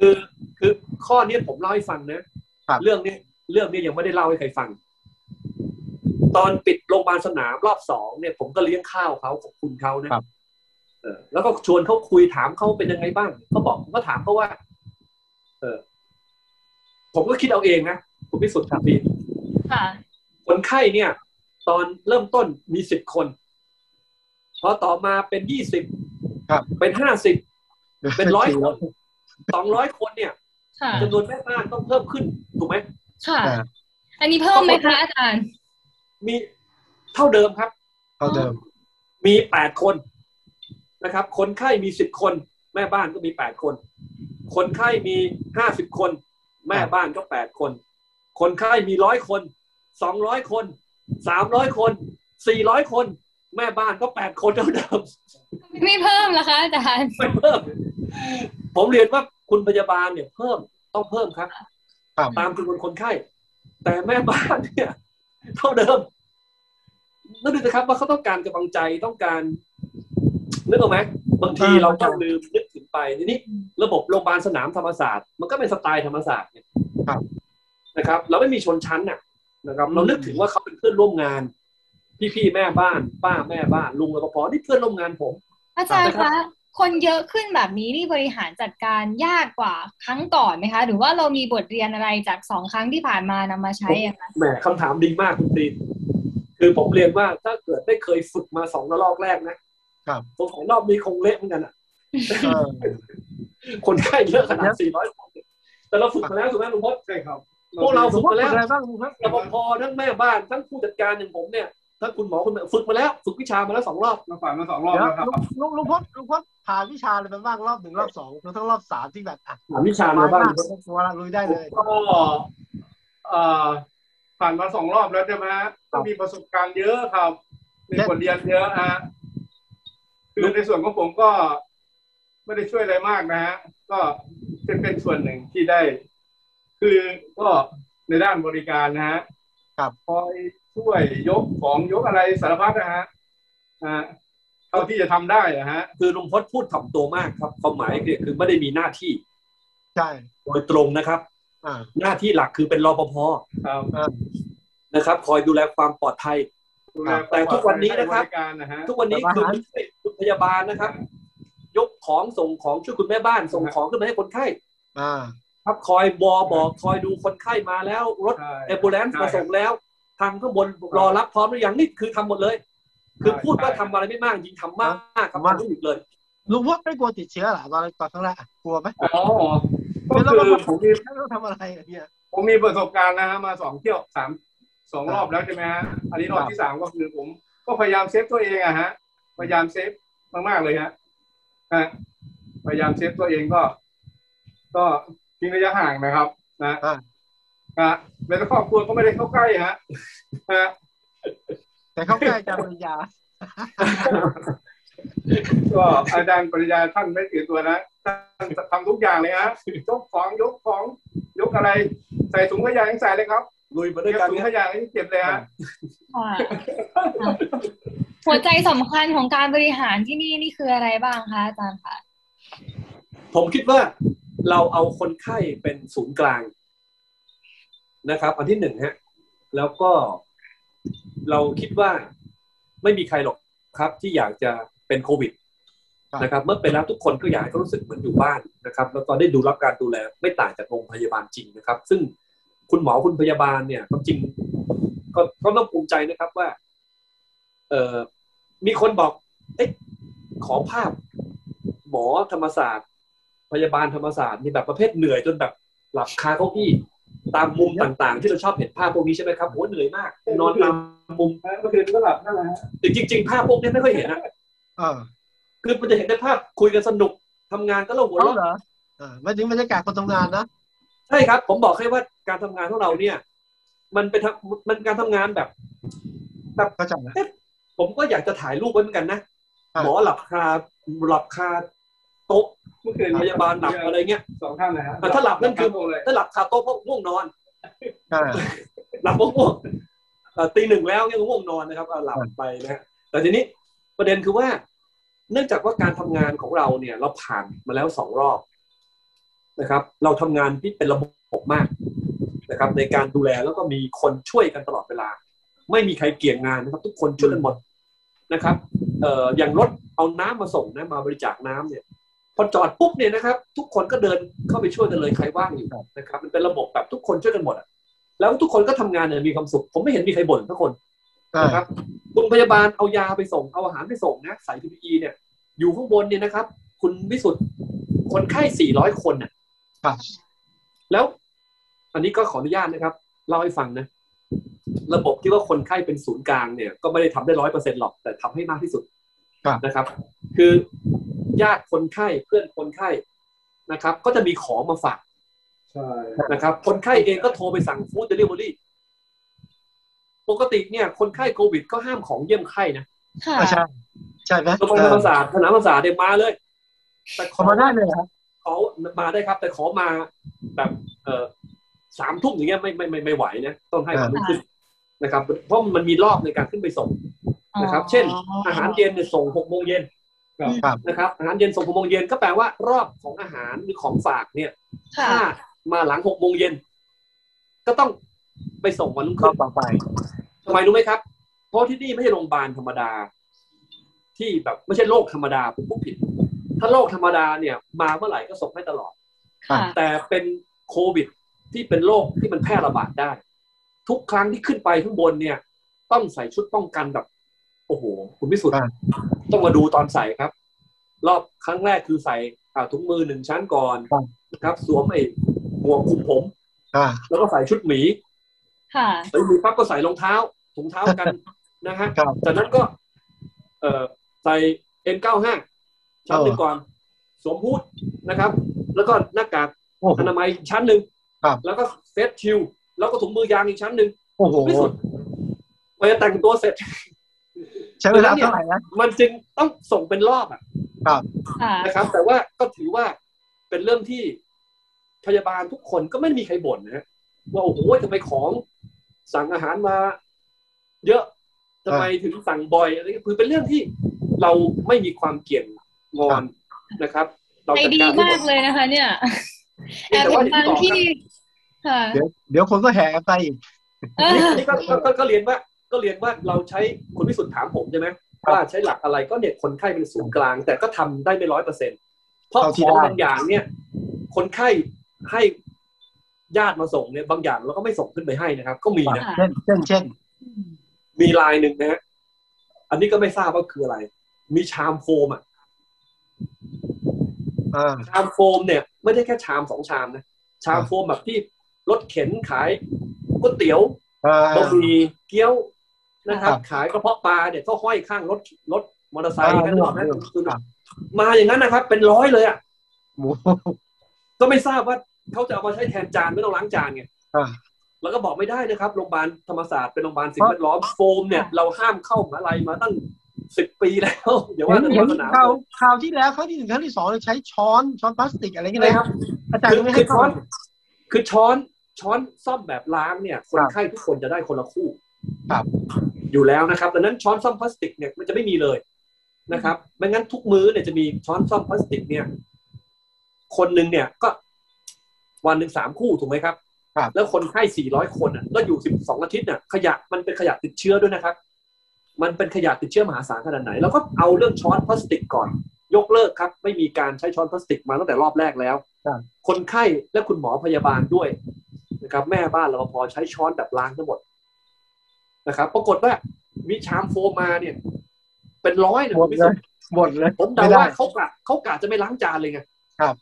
คือ คือข้อเนี้ยผมเล่าให้ฟังนะครับ เรื่องเนี้ยเรื่องเนี้ยยังไม่ได้เล่าให้ใครฟัง ตอนปิดโรงพยาบาลสนามรอบสองเนี่ย ผมก็เลี้ยงข้าวเขาขอบคุณเขานะ เออแล้วก็ชวนเขาคุยถามเขาเป็นยังไงบ้างเขาบอกผมก็ถามเขาว่า เออผมก็คิดเอาเองนะผมพิสุทธิ์ครับพี่ ค่ะ คนไข้เนี่ย ตอนเริ่มต้นมีสิบคนพอต่อมาเป็นยี่สิบ ครับ เป็นห้าสิบเป็นร้อย จ ค ง นสองร้อยคนเนี่ย ค่ะ จำนวนแม่บ้านต้องเพิ่มขึ้นถูกไหม ค่ะ อ่า อันนี้เพิ่มไหมคะอาจารย์ มีเท่าเดิมครับ เท่าเดิม มีแปดคนนะครับ คนไข้มีสิบคน แม่บ้านก็มีแปดคน คนไข้มีห้าสิบคน แม่บ้านก็แปดคน คนไข้มีร้อยคนสองร้อยคนสามร้อยคนสี่ร้อยคน แม่บ้านก็แปดคนเท่าเดิม ไม่เพิ่มเหรอคะอาจารย์ ไม่เพิ่ม ผมเรียนว่าคุณพยาบาลเนี่ยเพิ่มต้องเพิ่มครับ ครับ ตามจำนวนคนไข้ แต่แม่บ้านเนี่ย [LAUGHS] เท่าเดิมนั่นดูนะครับว่าเขาต้องการกำลังใจต้องการนึกออกไหมบางทีเราก็ลืมนึกถึงไปทีนี้ระบบโรงพยาบาลสนามธรรมศาสตร์ มันก็เป็นสไตล์ธรรมศาสตร์เนี่ย ครับ นะครับ เราไม่มีชนชั้นน่ะนะครับ เรานึกถึงว่าเขาเป็นเพื่อนร่วมงาน พี่ๆแม่บ้าน ป้าแม่บ้านลุงรปภนี่เพื่อนร่วมงานผม อาจารย์ ครั คะ บ คนเยอะขึ้นแบบนี้นี่บริหารจัดการยากกว่าครั้งก่อนไหมคะ หรือว่าเรามีบทเรียนอะไรจากสองครั้งที่ผ่านมานำมาใช้อะคะ แหมคำถามดีมากคุณตีนคือผมเรียนว่าถ้าเกิดได้เคยฝึกมาสองระลอกแรกนะครับ สงสัยรอบนี้คงเละเหมือนกันอ่ะ เออ คนไข้เยอะขนาด ครับ สี่ร้อยคนแต่เราฝึกมาแล้วถูกไหมลุงพจน์ ใช่ครับ พวกเรา สมมติเป็นอะไรบ้างลุงครับ รปภทั้งแม่บ้านทั้งผู้จัดการอย่างผมเนี่ยทั้งคุณหมอคุณแม่ฝึกมาแล้ว ฝึกวิชามาแล้วสองรอบ เราฝันมาสองรอบ เดี๋ยว แล้วครับ ลุงลุงพจน์ลุงพจน์ผ่านวิชาอะไรไปบ้างรอบหนึ่งรอบสองรวมทั้งรอบสามที่แบบอ่ะ ผ่านวิชามาบ้าง สยมกตัวละลุยได้เลย ก็เอ่อผ่านมาสองรอบแล้วใช่ไหมฮะก็มีประสบการณ์เยอะครับ มีบทเรียนเยอะฮะคือในส่วนของผมก็ไม่ได้ช่วยอะไรมากนะฮะก็เป็นเป็นส่วนหนึ่งที่ได้ คือก็ในด้านบริการนะฮะ ครับ คอยช่วยยกของยกอะไรสารพัดนะฮะอ่าเท่าที่จะทำได้นะฮะ คือลุงพจน์พูดถ่อมตัวมากครับความหมายเนี่ยคือไม่ได้มีหน้าที่ ใช่ โดยตรงนะครับ อ่า หน้าที่หลักคือเป็นรปภ ครับ นะครับ คอยดูแลความปลอดภัย ดูแล แต่ทุกวันนี้นะครับ ให้บการนะฮะ ทุกวันนี้คือ อาหาร คุณพยาบาลนะครับ ยกของส่งของช่วยคุณแม่บ้านส่ง ครับ ของขึ้นมาให้คนไข้ อ่า ครับคอยวอบอกคอยดูคนไข้มาแล้วรถ ใช่ แอมบูเลนซ์มาส่งแล้ว ทางข้างบนรอรับพร้อมหรือยังนี่คือทำหมดเลย คือพูดว่าทำอะไรไม่มากจริงทำมากครับ มาก รู้อีกเลย ลุงพลไม่กลัวติดเชื้อเหรอตอนตอนครั้งแรกอะกลัวไหม อ๋อ ไม่ต้ ก็ อง คือ มาผ ผม มมี ไม่ต้องทำอะไรอย่างเงี้ย ผมมีประสบการณ์นะฮะมาสองเที่ยวสามสอง ครับ รอบแล้วใช่ไหมฮะอันนี้รอบที่สามก็คือผม ก็พยายามเซฟตัวเองอะฮะพยายามเซฟมากๆเลยฮะฮะพยายามเซฟตัวเองก็ ก็ทิ้งระยะห่างนะครับ นะ อ่า ฮะแล้วก็ครอบครัวก็ไม่ได้เข้าใกล้ฮะฮะ แต่เขาใกล้อาจารย์ปริญญา ก็อาจารย์ปริญญาท่านไม่ถือตัวนะท่านทำทุกอย่างเลยฮะยกของยกของยกอะไร ใส่ถุงขยะยังใส่เลยครับ ลุยมาด้วเก็ย บ กัน ถุง เนี่ย ขยะยังเก็บเลยฮะ ค่ะค่ะหัวใจสำคัญของการบริหารที่นี่นี่คืออะไรบ้างคะอาจารย์คะ ผมคิดว่าเราเอาคนไข้เป็นศูนย์กลางนะครับ อันที่หนึ่งฮะแล้วก็เราคิดว่าไม่มีใครหรอกครับ ที่อยากจะเป็นโควิดนะครับ เมื่อเป็นแล้วทุกคนก็อยากให้เขารู้สึกเหมือนอยู่บ้านนะครับ แล้วก็ได้ดูรับการดูแลไม่ต่างจากโรงพยาบาลจริงนะครับ ซึ่งคุณหมอคุณพยาบาลเนี่ยความจริงก็ก็ต้องภูมิใจนะครับว่า เออมีคนบอก เอ๊ะขอภาพ หมอธรรมศาสตร์ พยาบาลธรรมศาสตร์มีแบบประเภทเหนื่อยจนแบบหลับคาเก้าอี้ตามมุมต่างๆ ที่เราชอบเห็นภาพพวกนี้ใช่ไหมครับโอ้เหนื่อยมาก นอนตามมุม เมื่อคืนก็หลับนั่นแหละฮะ แต่จริง ๆ ภาพพวกนี้ไม่ค่อยเห็นอะ เออ คือมันจะเห็นแต่ภาพคุยกันสนุกทำงานก็เราหัว เขา เราะ เหรออ่าไม่ถึงบรรยากาศคนทำงานนะ ใช่ครับ ผมบอกให้ว่าการทำงานของเราเนี่ย มันเป็นทำมันการทำงานแบบ เข้าใจนะ ผมก็อยากจะถ่ายรูปไว้เหมือนกันนะ อ่า หมอหลับคาหลับคาโต๊ะ เมื่อคืน พยาบาลหลับอะไรเงี้ย สองท่านนะฮะ แต่ถ้าหลับนั่นคือ โมเลย ถ้าหลับคาโต๊ะเพราะง่วงนอน อ่า หลับง่วงๆเอ่อตีหนึ่งแล้วเนี่ยก็ง่วงนอนนะครับเอาหลับไปนะ แต่ทีนี้ประเด็นคือว่า เนื่องจากว่าการทำงานของเราเนี่ย เราผ่านมาแล้วสองรอบนะครับ เราทำงานที่เป็นระบบมากนะครับ ในการดูแลแล้วก็มีคนช่วยกันตลอดเวลา ไม่มีใครเกี่ยงงานนะครับ ทุกคนช่วยกันหมดนะครับเอ่ออย่างรถเอาน้ำมาส่งนะมาบริจาคน้ำเนี่ย พอจอดปุ๊บเนี่ยนะครับ ทุกคนก็เดินเข้าไปช่วยกันเลยใครว่างอยู่นะครับ มันเป็นระบบแบบทุกคนช่วยกันหมดอะแล้วทุกคนก็ทำงานเนี่ยมีความสุข ผมไม่เห็นมีใครบ่นทุกคน อ่า นะครับคุณพยาบาลเอายาไปส่งเอาอาหารไปส่งนะใส่ PPE เนี่ย อยู่ข้างบนเนี่ยนะครับ คุณวิสุทธิ์คนไข้ 400 คนน่ะ ครับ แล้ว อันนี้ก็ขออนุญาตนะครับ เล่าให้ฟังนะ ระบบที่ว่าคนไข้เป็นศูนย์กลางเนี่ย ก็ไม่ได้ทำได้ร้อยเปอร์เซ็นต์หรอก แต่ทำให้มากที่สุด ครับ นะครับ คือญาติคนไข้เพื่อนคนไข้นะครับ ก็จะมีของมาฝาก ใช่ นะครับคนไข้เองก็โทรไปสั่งฟู้ดเดลิเวอรี่ปกติเนี่ย คนไข้โควิดก็ห้ามของเยี่ยมไข้นะ ค่ะ อ่าใช่ใช่ไหม โรงพยาบาลธรรมศาสตร์สนามธรรมศาสตร์เนี่ยมาเลย แต่ข ข อ อมาได้เลยเหรอครับ ขอมาได้ครับ แต่ขอมาแบบเออสามทุ่มอย่างเงี้ยไม่ไม่ไม่ไม่ไหวนะต้องให้มันขึ้นนะครับ เพราะมันมีรอบในการขึ้นไปส่งนะครับ เช่น อาหารเย็นเนี่ยส่งหกโมงเย็น ครับ นะครับอาหารเย็นส่งหกโมงเย็นก็แปลว่ารอบของอาหารหรือของฝากเนี่ย ถ้า ค่ะ มาหลังหกโมงเย็นก็ต้องไปส่งวันรุ่ง ก็ ขึ้น ต่อไป ทำไมรู้ไหมครับ เพราะที่นี่ไม่ใช่โรงพยาบาลธรรมดา ที่แบบไม่ใช่โรคธรรมดาผมพูดผิด ถ้าโรคธรรมดาเนี่ย มาเมื่อไหร่ก็ส่งให้ตลอด ค่ะ แต่เป็นโควิดที่เป็นโรคที่มันแพร่ระบาดได้ ทุกครั้งที่ขึ้นไปข้างบนเนี่ย ต้องใส่ชุดป้องกันแบบ โอ้โห คุณพิสุทธิ์ อ่า ต้องมาดูตอนใส่ครับ รอบครั้งแรกคือใส่อ่าถุงมือหนึ่งชั้นก่อนนะครับ สวมไอ้หมวกคลุมผม อ่า แล้วก็ใส่ชุดหมี ค่ะ ใส่หมีปั๊บก็ใส่รองเท้าถุงเท้ากัน [LAUGHS] นะฮะ ครับ จากนั้นก็ เอ่อใส่ N95 ชั้นหนึ่งก่อน สวมฮูดนะครับ แล้วก็หน้ากาก โอ้โห อนามัยชั้นหนึ่ง ครับ แล้วก็เฟสชิลด์แล้วก็ถุงมือยางอีกชั้นหนึ่ง โอ้โห ที่สุดพอจะแต่งตัวเสร็จ ใช้เวลาเท่าไหร่นะ มันจึงต้องส่งเป็นรอบอะ ค่ะ นะครับ แต่ว่าก็ถือว่าเป็นเรื่องที่พยาบาลทุกคนก็ไม่มีใครบ่นนะฮะว่าโอ้โหทำไมของสั่งอาหารมา เยอะทำไมถึงสั่งบ่อยอะไรเงี้ยคือเป็นเรื่องที่เราไม่มีความเกลียดงอนนะครับ เรา ใจ จัด ดี การให้ห มาม ก ด เลยนะคะ เนี่ย เพี แอยบงแต่ว่า เห็นบาง อย่างที่ที่บอก ค่ะ เดี๋ยวคนก็แห่กันไปอีก เอ อันนี้ อ อันนี้ก็ก็ก็ก็เรียนว่า ก็ ก็เรียนว่าเราใช้คุณวิสุทธ์ถามผมใช่ไหมว่าใช้หลักอะไรก็เนี่ยคนไข้เป็นศูนย์กลาง แต่ก็ทำได้ไม่ร้อยเปอร์เซ็นต์เพราะ เอาที่ ของ ได้ บางอย่างเนี่ย คนไข้ให้ญาติมาส่งเนี่ยบางอย่างเราก็ไม่ส่งขึ้นไปให้นะครับ ก็มีนะ ค่ะ เช่นเช่นเช่น มีลายหนึ่งนะฮะ อันนี้ก็ไม่ทราบว่าคืออะไร มีชามโฟมอ่ะ อ่า ชามโฟมเนี่ย ไม่ได้แค่ชามสองชามนะ ชาม อ่า โฟมแบบที่รถเข็นขายก๋วยเตี๋ยว อ่า บะหมี่เกี๊ยวนะครับ ครับ ขายกระเพาะปลาเนี่ยก็ห้อยข้างรถรถมอเตอร์ไซค์ อ่า นั่นหรอกนะ นึกออก คือ ครับ มาอย่างนั้นนะครับ เป็นร้อยเลยอ่ะ หมู ก็ไม่ทราบว่าเขาจะเอามาใช้แทนจานไม่ต้องล้างจานไง อ่า แล้วก็บอกไม่ได้นะครับโรงพยาบาลธรรมศาสตร์เป็นโรงพยาบาลสิ่งแวดล้อมโฟมเนี่ยเราห้ามเข้ามหาลัยมาตั้งสิบปีแล้ว [LAUGHS] เดี๋ยวว่า เห็น แต่ เห็น ศาสนา ข่าวข่าวที่แล้วครั้งที่หนึ่งครั้งที่สองเนี่ยใช้ช้อนช้อนพลาสติกอะไรเงี้ย เลย นะ นะครับ อาจารย์ คือ ก็ไม่ คื ให้ อ เข้า ช้อนคือช้อนช้อนซ่อมแบบล้างเนี่ยคน ครับ ไข้ทุกคนจะได้คนละคู่ ครับ อยู่แล้วนะครับดังนั้นช้อนซ่อมพลาสติกเนี่ยมันจะไม่มีเลยนะครับไม่งั้นทุกมื้อเนี่ยจะมีช้อนซ่อมพลาสติกเนี่ย คนหนึ่งเนี่ยก็ วันหนึ่งสามคู่ถูกไหมครับ ครับ แล้วคนไข้สี่ร้อยคนอ่ะแล้วอยู่สิบสองอาทิตย์เนี่ยขยะมันเป็นขยะติดเชื้อด้วยนะครับ มันเป็นขยะติดเชื้อมหาศาลขนาดไหน แล้วก็เอาเรื่องช้อนพลาสติกก่อน ยกเลิกครับ ไม่มีการใช้ช้อนพลาสติกมาตั้งแต่รอบแรกแล้ว ครับ คนไข้และคุณหมอพยาบาลด้วยนะครับ แม่บ้านรปภใช้ช้อนแบบล้างทั้งหมดนะครับปรากฏว่ามีชามโฟมมาเนี่ย เป็นร้อยนะ หม คุ ด ณวิ เล สุยทธิ์ หมดเลย ผมเดา ไม่ได้ ว่าเขากะเขากะจะไม่ล้างจานเลยไง ครับ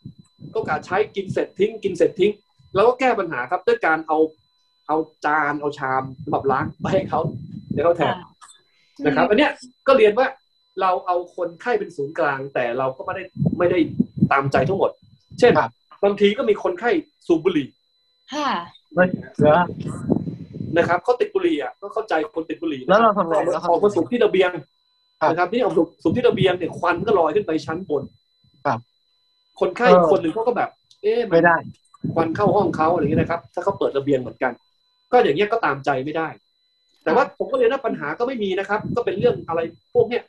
เขากะใช้กินเสร็จทิ้ง กินเสร็จทิ้ง แล้วก็แก้ปัญหาครับด้วยการเอาเอาจานเอาชามสำหรับล้างไปให้เขาเดี๋ยวเขาแทนนะครับอันเนี้ยก็เรียนว่าเราเอาคนไข้เป็นศูนย์กลาง แต่เราก็ไม่ได้ไม่ได้ตามใจทั้งหมด เช่น ครับ บางทีก็มีคนไข้สูบบุหรี่ ค่ะ ไม่เหลือ นะครับเขาติดบุหรี่อ่ะก็เข้าใจคนติดบุหรี่นะ แล้วเราทำไง ออก แล้ว มา ทำ ออกมาสู ไง บที่ระเบียง ครับ นะครับที่ออกสูบที่ระเบียงเนี่ยควันก็ลอยขึ้นไปชั้นบน ครับ คนไข้ เออ คนหนึ่งเขาก็แบบ เอ๊ะมั ไม่ น ได้ ควันเข้าห้องเขาอะไรอย่างเงี้ยนะครับ ถ้าเขาเปิดระเบียงเหมือนกัน ก็อย่างเงี้ยก็ตามใจไม่ได้ แต่ว่าผมก็เรียนว่าปัญหาก็ไม่มีนะครับ ก็เป็นเรื่องอะไรพวกเนี้ย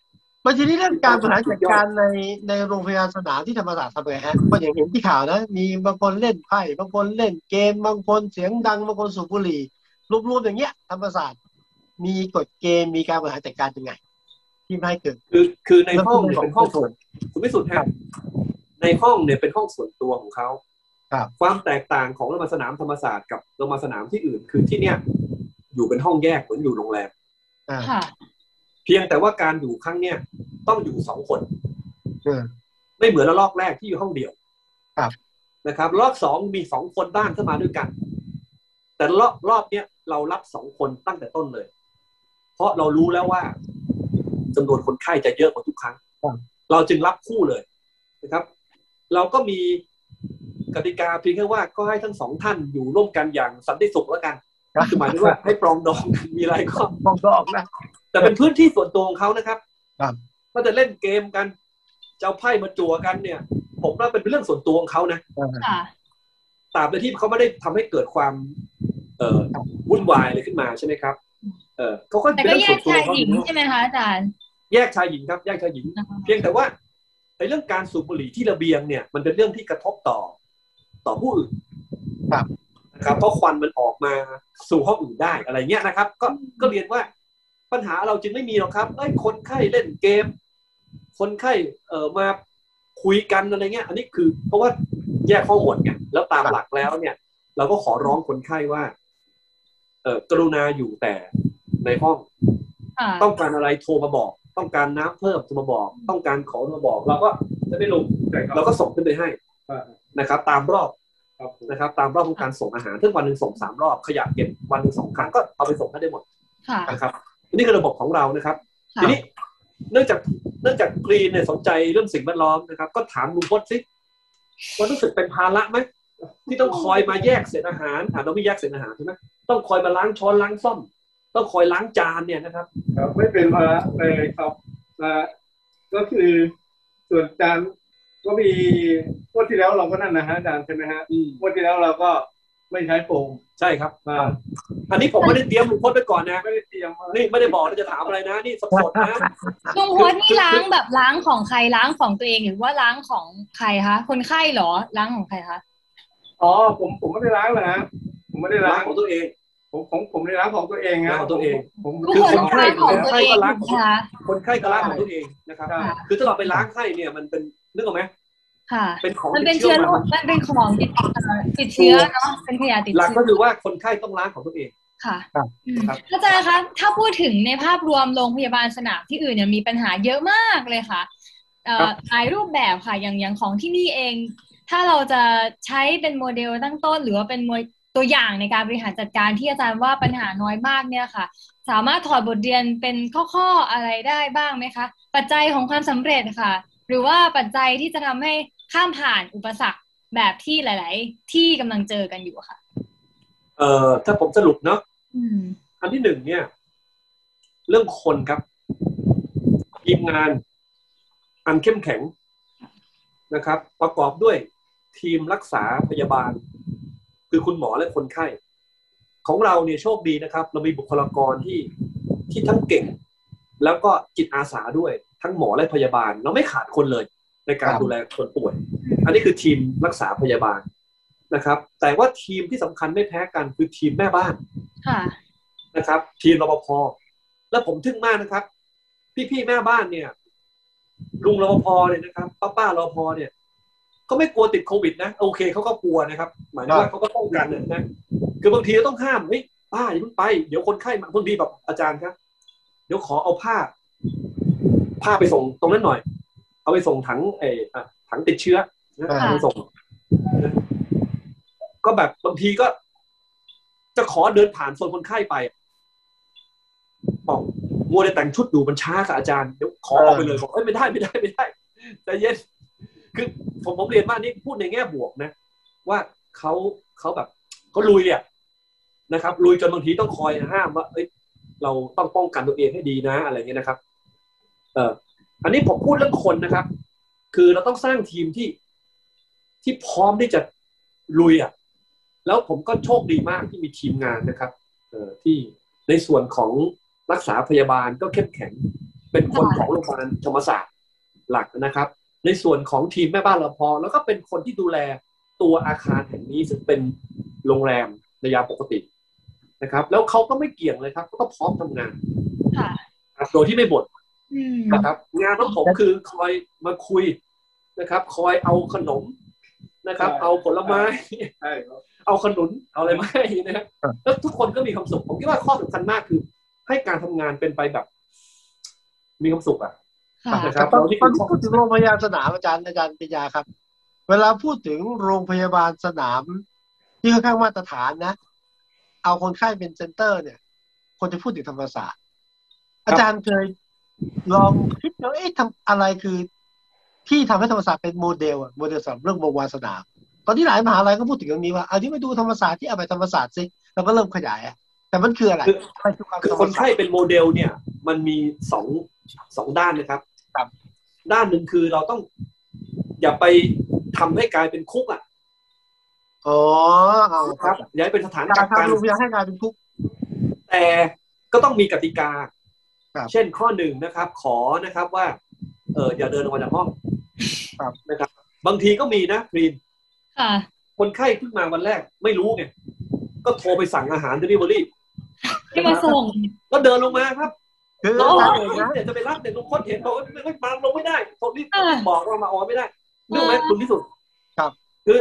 มันทีนี้เรื่องการบริหารจัดการในในโรงพยาบาลสนามที่ธรรมศาสตร์ทำไงฮะก็อย่างเห็นที่ข่าวนะ มีบางคนเล่นไพ่บางคนเล่นเกมบางคนเสียงดังบางคนสูบบุหรี่รวมๆอย่างเงี้ยธรรมศาสตร์มีกฎเกณฑ์มีการบริหารจัดการยังไง ที่ไม่ให้เกิด คือคือในห้อง แล้ เนี่ วยคุณ เป็นห้องส่วนคุณพิสุทคธิ์รั ฮะ บ ในห้องเนี่ยเป็นห้องส่วนตัวของเขา ครับ ความแตกต่างของโรงพยาบาลสนามธรรมศาสตร์กับโรงพยาบาลสนามที่อื่น คือที่เนี่ย อยู่เป็นห้องแยกเหมือนอยู่โรงแรม ค่ะ เพียงแต่ว่าการอยู่ครั้งเนี้ยต้องอยู่สองคน เออ ไม่เหมือนระลอกแรกที่อยู่ห้องเดียว ครับ นะครับรอบสองมีสองคนบ้างเข้ามาด้วยกัน แต่รอบรอบเนี้ยเรารับสองคนตั้งแต่ต้นเลย เพราะเรารู้แล้วว่าจำนวนคนไข้จะเยอะกว่าทุกครั้ง เราจึงรับคู่เลยนะครับ เราก็มีกติกาเพียงแค่ว่าก็ให้ทั้งสองท่านอยู่ร่วมกันอย่างสันติสุขแล้วกันคือหมายถึงว่าให้ปรองดองกันมีอะไรก็ มองก็ออกนะ แต่เป็นพื้นที่ส่วนตัวของเขานะครับ ครับ ก็จะเล่นเกมกันจะเอาไพ่มาจั่วกันเนี่ย ผมว่าเป็นเรื่องส่วนตัวของเขานะ ค่ะ ตราบใดที่เขาไม่ได้ทำให้เกิดความ เอ่อวุ่นวายอะไรขึ้นมาใช่ไหมครับ เออเขาก็ แต่ เป็น ก็ เรื่อง แย ส่กชาวนตัวย ของเขา ห อ ญิง ยู่ ใช่ไหมคะอาจารย์ แยกชายหญิงครับ แยกชายหญิง เพียงแต่ว่าในเรื่องการสูบบุหรี่ที่ระเบียงเนี่ย มันเป็นเรื่องที่กระทบต่อต่อผู้อื่น ครับ นะครับเพราะควันมันออกมาสู่ห้องอื่นได้อะไรเงี้ยนะครับ ก็ก็เรียนว่าปัญหาเราจึงไม่มีหรอกครับเอ้ยคนไข้เล่นเกม คนไข้เอ่อมาคุยกันอะไรเงี้ย อันนี้คือ เพราะว่าแยกข้อหมดไงแล้วตามหลักแล้วเนี่ย เราก็ขอร้องคนไข้ว่า เออกรุณาอยู่แต่ในห้อง ค่ะ ต้องการอะไรโทรมาบอก ต้องการน้ำเพิ่มโทรมาบอก ต้องการของโทรมาบอก เราก็จะไม่ลงเราก็ส่งขึ้นไปให้นะครับ ตามรอบนะครับ ตามรอบของการส่งอาหารทึ่งวันหนึ่งส่งสามรอบขยะเก็บวันหนึ่งสองครั้งก็เอาไปส่งให้ได้หมด ค่ะ นะครับนี่คือระบบของเรานะครับ ค่ะ ทีนี้เนื่องจากเนื่องจากกรีนเนี่ยสนใจเรื่องสิ่งแวดล้อมนะครับ ก็ถามลุงพจน์สิว่ารู้สึกเป็นภาระไหมที่ต้องคอยมาแยกเศษอาหารอ่าเราไม่แยกเศษอาหารใช่ไหมต้องคอยมาล้างช้อนล้างซ่อม ต้องคอยล้างจานเนี่ยนะครับ ครับไม่เป็นภาระเลยครับนะฮะก็คือส่วนจานก็มีงวดที่แล้วเราก็นั่นนะฮะอาจารย์ใช่ไหมฮะ อืม งวดที่แล้วเราก็ไม่ใช้โฟม ใช่ครับ อ่า อันนี้ผมไม่ได้เตรียมลุงพจน์ไปก่อนนะ ไม่ได้เตรียมมา นี่ไม่ได้บอกนะจะถามอะไรนะ นี่สดๆนะ ลุงพจน์นี่ล้างแบบล้างของใครล้างของตัวเองหรือว่าล้างของใครคะ คนไข้เหรอล้างของใครคะ อ๋อผมผมไม่ได้ล้างเลยฮะผมไม่ได้ล้า ร้าง นของตัวเอง ผ ผมของผมในร้านของตัวเองนะ ของตัวเอง ผม ทุก คือ คน คนไข้ รักของตัวเอง คนไข้ก็รัก ถูกไหมคะ คนไข้กระลาของตัวเองนะครับ ใช่ คือถ้าเราไปล้างไข้เนี่ยมันเป็นนึกออกไหม ค่ะ เป็นของ มันเป็น ติด เชื้อโรคมามันเป็นของติดเอ่อติดเชื้อเนาะเป็นขยะติด หลัก เชื้ ก็ อ คือว่าคนไข้ต้องล้างของตัวเอง ค่ะ ครับ อืม ครับ อาจารย์คะถ้าพูดถึงในภาพรวมโรงพยาบาลสนามที่อื่นเนี่ยมีปัญหาเยอะมากเลยค่ะเอ่อ ครับ หลายรูปแบบค่ะอย่างอย่างของที่นี่เอง ถ้าเราจะใช้เป็นโมเดลตั้งต้น หรือว่าเป็นโมตัวอย่างในการบริหารจัดการที่อาจารย์ว่าปัญหาน้อยมากเนี่ยค่ะ สามารถถอดบทเรียนเป็นข้อๆอะไรได้บ้างไหมคะ ปัจจัยของความสำเร็จค่ะ หรือว่าปัจจัยที่จะทำให้ข้ามผ่านอุปสรรคแบบที่หลาย ๆ ที่กำลังเจอกันอยู่อะค่ะ เอ่อถ้าผมสรุปเนาะ อืม อันที่หนึ่งเนี่ย เรื่องคนครับทีมงาน อันเข้มแข็งนะครับ ประกอบด้วยทีมรักษาพยาบาล คือคุณหมอและคนไข้ ของเราเนี่ยโชคดีนะครับ เรามีบุคลากรที่ที่ทั้งเก่ง แล้วก็จิตอาสาด้วย ทั้งหมอและพยาบาล เราไม่ขาดคนเลย ในการ ครับ ดูแลคนป่วย อันนี้คือทีมรักษาพยาบาลนะครับ แต่ว่าทีมที่สำคัญไม่แพ้กันคือทีมแม่บ้าน ค่ะ นะครับทีมรปภและผมทึ่งมากนะครับ พี่ๆแม่บ้านเนี่ยลุงรปภเนี่ยนะครับป้าป้ารปภเนี่ย ก็ไม่กลัวติดโควิดนะโอเคเขาก็กลัวนะครับ หมายถึงว่าเขาก็ป้องกันนะคือบางทีเราต้องห้ามเฮ้ยป้าอย่าเพิ่งไปเดี๋ยวคนไข้มาบางทีแบบอาจารย์ครับ เดี๋ยวขอเอาผ้า ผ้าไปส่งตรงนั้นหน่อย เอาไปส่งถังเอออ่ะถังติดเชื้อนะ อ่า เอาไปส่งนะก็แบบบางทีก็ จะขอเดินผ่านโซนคนไข้ไป บอกมัวแต่แต่งชุดอยู่มันช้าค่ะอาจารย์เดี๋ยวขอออกไปเลยบอกเอ้ยไม่ได้ไม่ได้ไม่ได้ใจเย็นคือผมผมเรียนว่านี่พูดในแง่บวกนะ ว่าเขาเขาแบบเขาลุยอ่ะนะครับ ลุยจนบางทีต้องคอยห้ามว่าเอ้ยเราต้องป้องกันตัวเองให้ดีนะอะไรเงี้ยนะครับ เอออันนี้ผมพูดเรื่องคนนะครับ คือเราต้องสร้างทีมที่ที่พร้อมที่จะลุยอ่ะแล้วผมก็โชคดีมากที่มีทีมงานนะครับ เอ่อที่ในส่วนของรักษาพยาบาลก็เข้มแข็ง เป็นคนของโรงพยาบาลธรรมศาสตร์หลักนะครับ ในส่วนของทีมแม่บ้านรพแล้วก็เป็นคนที่ดูแลตัวอาคารแห่งนี้ซึ่งเป็นโรงแรมในยามปกตินะครับ แล้วเขาก็ไม่เกี่ยงเลยครับเขาก็พร้อมทำงาน ค่ะ ครับโดยที่ไม่บ่น อืม นะครับงานของผมคือคอยมาคุยนะครับ คอยเอาขนมนะครับ เอาผลไม้ ใช่ครับ เอาขนุนเอาอะไรมาให้นะครับ ครับ แล้วทุกคนก็มีความสุข ผมคิดว่าข้อสำคัญมากคือ ให้การทำงานเป็นไปแบบ มีความสุขอ่ะ ค่ะ นะครับ ตอน เราที่ ที่ เป็นของ พูดถึงโรงพยาบาลสนามอาจารย์อาจารย์ปิยาครับ เวลาพูดถึงโรงพยาบาลสนาม ที่ค่อนข้างมาตรฐานนะ เอาคนไข้เป็นเซนเตอร์เนี่ย คนจะพูดถึงธรรมศาสตร์ อาจารย์เคยลองคิดแล้วเอ๊ะทำอะไรคือ ที่ทำให้ธรรมศาสตร์เป็นโมเดลอะโมเดลสำหรับเรื่องโรงพยาบาลสนาม ตอนที่หลายมหาลัยก็พูดถึงเรื่องนี้ว่าเอาที่ไปดูธรรมศาสตร์ที่เอาไปธรรมศาสตร์สิแล้วก็เริ่มขยายอะแต่มันคืออะไร คือ มันคือความ คือ ธรร ค ม น ศาส ไข้ ตร์ เป็นโมเดลเนี่ย มันมีสองสองด้านนะครับ ครับ ด้านหนึ่งคือเราต้อง อย่าไปทำให้กลายเป็นคุกอ่ะ อ๋อเอา นะครับ อย่าให้เป็นสถาน กา กั ร กกั ทำ น โรงพยาบาลให้กลายเป็นทุกข์ แต่ก็ต้องมีกติกา ครับ เช่นข้อหนึ่งนะครับ ขอนะครับว่า เอออย่าเดินออกมาจากห้องนะครับ บางทีก็มีนะรีน ค่ะ คนไข้เพิ่งมาวันแรก ไม่รู้ไงก็โทรไปสั่งอาหารเดลิเวอรี่ ที่มาส่ง ก็เดินลงมาครับ คือ น้ อา อง จารย์ เห็ เอน งนะ เนี่ยจะไปรับเนี่ยทุกคนเห็นบอกว่าไม่ไม่มาลงไม่ได้ผมรีบ อ่า บอกว่ามาออนไม่ได้นึกไหม อ่า คุณที่สุด ครับ คือ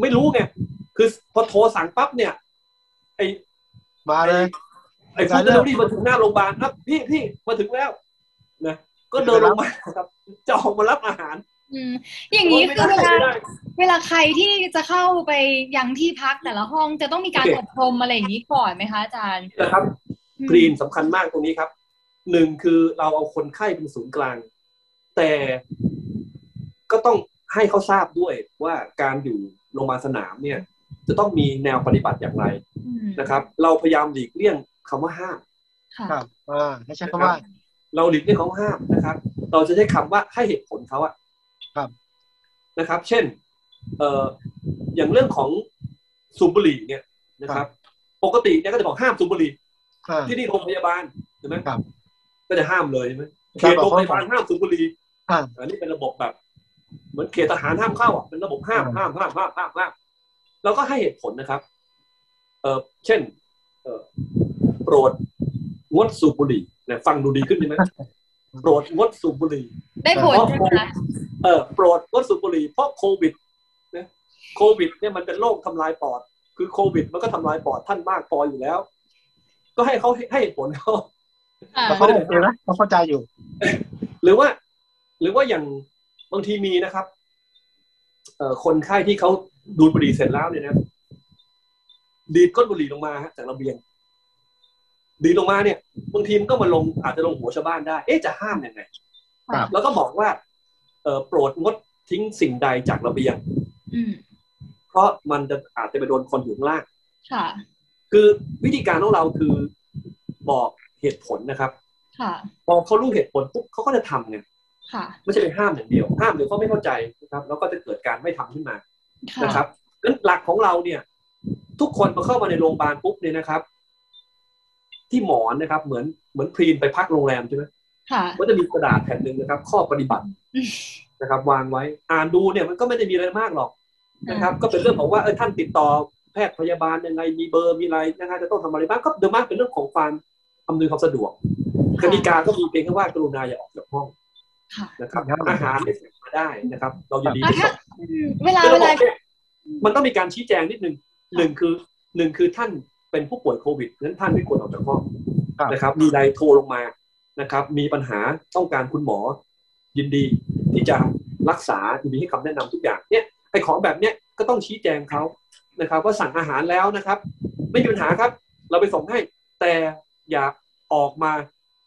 ไม่รู้ไงคือพอโทรสั่งปั๊บเนี่ยไอ มาเลย ไอ้ฟูดเดลิเวอรี่มาถึงหน้าโรงพยาบาลครับพี่พี่มาถึงแล้วนะก็เดินลงมาครับจะออกมารับอาหาร อืม อย่างนี้คือเว ไม่ ลา ได้ เวลาใครที่จะเข้าไปยังที่พักแต่ละห้องจะต้องมีการ โออเคบรมอะไรอย่างนี้ก่อนไหมคะอาจารย์ นะครับ อืม กรีนสำคัญมากตรงนี้ครับหนึ่งคือเราเอาคนไข้เป็นศูนย์กลาง แต่ก็ต้องให้เขาทราบด้วยว่าการอยู่โรงพยาบาลสนามเนี่ย จะต้องมีแนวปฏิบัติอย่างไร อืม นะครับ เราพยายามหลีกเลี่ยงคำว่าห้าม ค่ะ ครับ อ่าไม่ใช่คำว่า เราหลีกเลี่ยงของห้ามนะครับ เราจะใช้คำว่าให้เหตุผลเขาอะ ครับ นะครับ เช่น เอ่ออย่างเรื่องของสูบบุหรี่เนี่ยนะครับ ปกติเนี่ยก็จะบอกห้ามสูบบุหรี่ อ่า ที่นี่โรงพยาบาลใช่ไหม ครับ ก็จะห้ามเลยใช่ไหม ค เข รับ ตโรงพยาบาลห้ามสูบบุหรี่ อ่า อันนี้เป็นระบบแบบ เหมือนเขตทหารห้ามเข้าอะเป็นระบบห้าม อ่า ห้ามห้ามห้ามห้ามห้ามเราก็ให้เหตุผลนะครับ เอ่อเช่น เอ่อโปรดงดสูบบุหรี่เนี่ยฟังดูดีขึ้นใช่ไหมโปรดงดสูบบุหรี่ ได้ผลใช่ไหมคะ เออโปรดงดสูบบุหรี่เพราะโควิดนะโควิดเนี่ยมันเป็นโรคทำลายปอด คือโควิด มันก็ทำลายปอดท่านมากพออยู่แล้ว ก็ให้เขาให้เหตุผลเขา เราเข้าใจนะเราเข้าใจอยู่ หรือว่า หรือว่าอย่างบางทีมีนะครับเอ่อคนไข้ที่เขาดูดบุหรี่เสร็จแล้วเนี่ยนะดีดก้นบุหรี่ลงมาฮะจากระเบียง ดีดลงมาเนี่ยบางทีมันก็มาลงอาจจะลงหัวชาวบ้านได้ เอ๊ะจะห้ามยังไง ครับ แล้วก็บอกว่าเอ่อโปรดงดทิ้งสิ่งใดจากระเบียง อืม เพราะมันจะอาจจะไปโดนคนอยู่ข้างล่าง ค่ะ คือวิธีการของเราคือบอกเหตุผลนะครับ ค่ะ พอเขารู้เหตุผลปุ๊บเขาก็จะทำไง ค่ะ ไม่ใช่ไปห้ามอย่างเดียว ห้ามเดี๋ยวเขาไม่เข้าใจนะครับ แล้วก็จะเกิดการไม่ทำขึ้นมา ค่ะ นะครับงั้นหลักของเราเนี่ย ทุกคนพอเข้ามาในโรงพยาบาลปุ๊บเนี่ยนะครับ ที่หมอนนะครับ เหมือนเหมือนพรีนไปพักโรงแรมใช่ไหม ค่ะ ก็จะมีกระดาษแผ่นหนึ่งนะครับ ข้อปฏิบัติ อืม นะครับ วางไว้ อ่านดูเนี่ยมันก็ไม่ได้มีอะไรมากหรอกนะครับ ก็เป็นเรื่องของว่าเออท่านติดต่อแพทย์พยาบาลยังไงมีเบอร์มีอะไรนะฮะจะต้องทำอะไรบ้างก็โดยมากเป็นเรื่องของความอำนวยความสะดวกกติกาก็มีเพียงแค่ว่ากรุณาอย่าออกจากห้อง ค่ะ นะครับ ครับ อาหารเนี่ยสั่งมาได้นะครับ เรายินดี อ่ะ ที่ ถ้า จะ อืมเวลา คือ เว เราบ ลา อกเนี่ยมันต้องมีการชี้แจงนิดนึงหนึ่งคือหนึ่งคือท่านเป็นผู้ป่วยโควิดงั้นท่านไม่ควรออกจากห้อง ครับ นะครับ มีอะไรโทรลงมานะครับ มีปัญหาต้องการคุณหมอ ยินดีที่จะรักษายินดีให้คำแนะนำทุกอย่างเนี่ยไอ้ของแบบเนี้ยก็ต้องชี้แจงเขานะครับ ว่าสั่งอาหารแล้วนะครับ ไม่มีปัญหาครับ เราไปส่งให้ แต่อย่าออกมา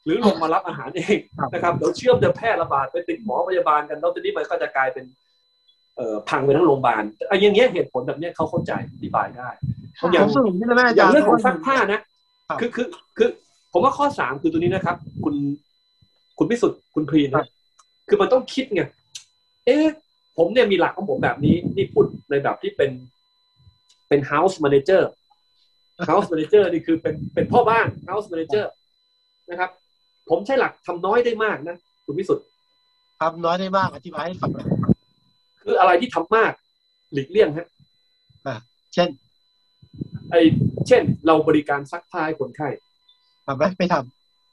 หรือลงมารับอาหารเอง ครับ นะครับเดี๋ยวเชื่อมจะแพร่ระบาดไปติดหมอพยาบาลกันแล้วทีนี้มันก็จะกลายเป็นเอ่อพังไปทั้งโรงพยาบาลไอ้อย่างเงี้ยเหตุผลแบบเนี้ยเขาเข้าใจอธิบายได้ ค่ะ อย่า ผ ง มสรุปนี่นะแม่อา อย่า จาง รย์ เรื่องของซักผ้านะครับ คือคือคือ ผมว่าข้อสามคือตัวนี้นะครับ คุณคุณพิสุทธิ์คุณพรี ครั นะ บ คือมันต้องคิดไงเอ๊ะผมเนี่ยมีหลักของผมแบบนี้ นี่พูดในแบบที่เป็นเป็น house manager house manager นี่คือเป็นเป็นพ่อบ้าน house manager นะครับ ผมใช้หลักทำน้อยได้มากนะคุณพิสุทธิ์ ทำน้อยได้มากอธิบายให้ฟังหน่อย คืออะไรที่ทำมาก หลีกเลี่ยงฮะ เช่น ไอเช่น เราบริการซักผ้าให้คนไข้ ทำไหมไม่ท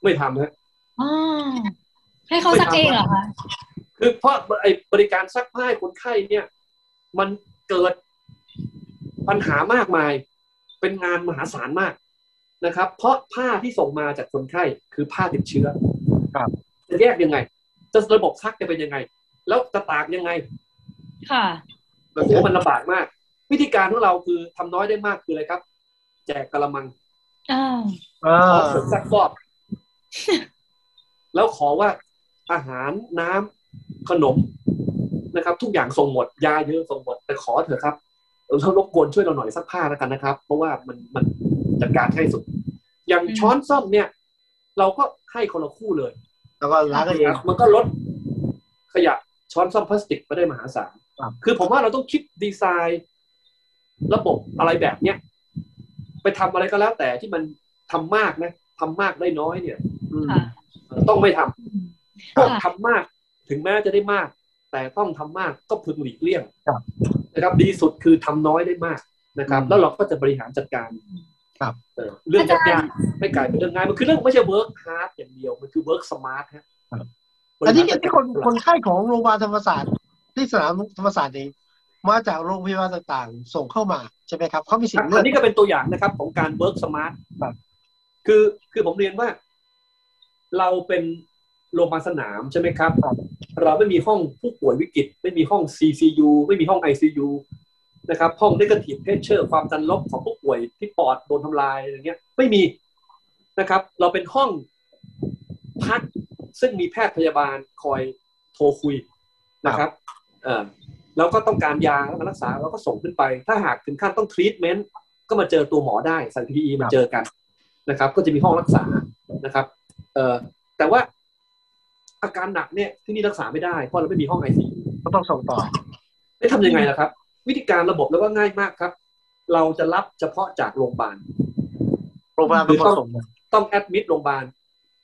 ไม่ทำฮะ อ๋อให้เขาซักเองเหรอคะ คือเพราะไอ้บริการซักผ้าให้คนไข้เนี่ย มันเกิดปัญหามากมาย เป็นงานมหาศาลมากนะครับ เพราะผ้าที่ส่งมาจากคนไข้คือผ้าติดเชื้อ ครับ จะแยกยังไง จะระบบซักจะเป็นยังไง แล้วจะตากยังไง ค่ะ แบบโอ้โหมันลำบากมาก วิธีการของเราคือทำน้อยได้มากคืออะไรครับ แจกกระมัง อ้าว ำอ่า ขอเสริมซักฟอกแล้วขอว่าอาหารน้ำขนมนะครับ ทุกอย่างส่งหมดยาเยอะส่งหมด แต่ขอเถอะครับเรารบกวนช่วยเราหน่อยซักผ้าแล้วกันนะครับ เพราะว่ามันมันจัดการให้สุด อย่างช้อนซ่อมเนี่ย เราก็ให้คนละคู่เลย แล้วก็ล้างกันเอง ครับมันก็ลดขยะช้อนซ่อมพลาสติกไปได้มหาศาล ครับ คือผมว่าเราต้องคิดดีไซน์ ระบบอะไรแบบเนี้ยไปทำอะไรก็แล้วแต่ที่มันทำมากนะทำมากได้น้อยเนี่ย อืม ค่ะ เออต้องไม่ทำ พวก ค่ะ ทำมากถึงแม้จะได้มาก แต่ต้องทำมากก็พึงหลีกเลี่ยง ครับ นะครับ ดีสุดคือทำน้อยได้มากนะครับ อืม แล้วเราก็จะบริหารจัดการ ครับ เออเรื่องยากๆไม่กลายเป็นเรื่องง่ายมันคือเรื่องไม่ใช่ work hard อย่างเดียว มันคือ work smart ฮะบริ อัน หาร นี้ จัด ที่ การ คนคนไข้ของโรงพยาบาลธรรมศาสตร์ที่สนามธรรมศาสตร์เองมาจากโรงพยาบาลต่างๆ ส่งเข้ามาใช่ไหมครับเขามีสิทธิ์เลื อั อก นนี้ก็เป็นตัวอย่างนะครับ ของการ work smart ครับ คือคือผมเรียนว่า เราเป็นโรงพยาบาลสนามใช่ไหมครับ ครับ เราไม่มีห้องผู้ป่วยวิกฤต ไม่มีห้อง CCU ไม่มีห้อง ICU นะครับ ห้อง negative pressure ความดันลบของผู้ป่วยที่ปอดโดนทำลายอะไรเงี้ย ไม่มีนะครับ เราเป็นห้องพักซึ่งมีแพทย์พยาบาลคอยโทรคุยนะครับเออแล้วก็ต้องการยาแล้วก็รักษาเราก็ส่งขึ้นไป ถ้าหากถึงขั้นต้อง treatment ก็มาเจอตัวหมอได้ใส่ PPE มาเจอกันนะครับ ก็จะมีห้องรักษานะครับ เออแต่ว่าอาการหนักเนี่ยที่นี่รักษาไม่ได้เพราะเราไม่มีห้องไอซี ก็ต้องส่งต่อ ได้ทำยังไงล่ะครับ วิธีการระบบแล้วก็ง่ายมากครับ เราจะรับเฉพาะจากโรงพยาบาล โรงพยาบาลเป็นคนส่งมา ต้องแอดมิดโรงพยาบาล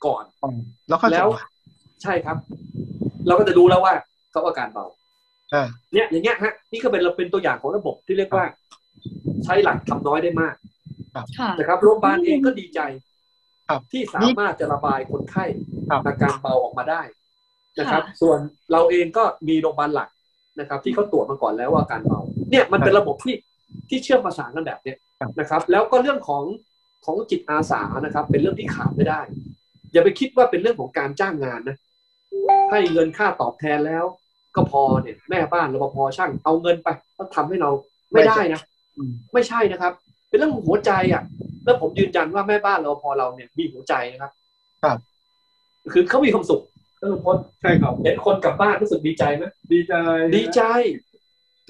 ก่อน แล้วค่อย แล้ ส่ ว งมา ใช่ครับ เราก็จะรู้แล้วว่าเขาอาการเบา อ่า เนี่ยอย่างเงี้ยฮะนี่ก็เป็นเราเป็นตัวอย่างของระบบที่เรียกว่า ใช้หลักทำน้อยได้มาก ค่ะ นะครับโรงพยาบาลเองก็ดีใจ ครับ ที่สามารถจะระบายคนไข้ ครับ อาการเบาออกมาได้นะครับ ค่ะ ส่วนเราเองก็มีโรงพยาบาลหลักนะครับ ที่เขาตรวจมาก่อนแล้วว่าอาการเบาเนี่ยมันเป็นระบบที่ที่เชื่อมประสานกันแบบเนี้ยนะครับ แล้วก็เรื่องของของจิตอาสานะครับ เป็นเรื่องที่ขาดไม่ได้ อย่าไปคิดว่าเป็นเรื่องของการจ้างงานนะให้เงินค่าตอบแทนแล้ว ก็พอเนี่ยแม่บ้านรปภช่างเอาเงินไปแล้วทำให้เราไม่ได้นะ อืม ไม่ใช่นะครับ เป็นเรื่องของหัวใจอ่ะ แล้วผมยืนยันว่าแม่บ้านเราพอเราเนี่ยมีหัวใจนะครับ ครับ คือเขามีความสุขเออพอ ใช่ครับ เห็นคนกลับบ้านรู้สึกดีใจไหม ดีใจ ดีใจ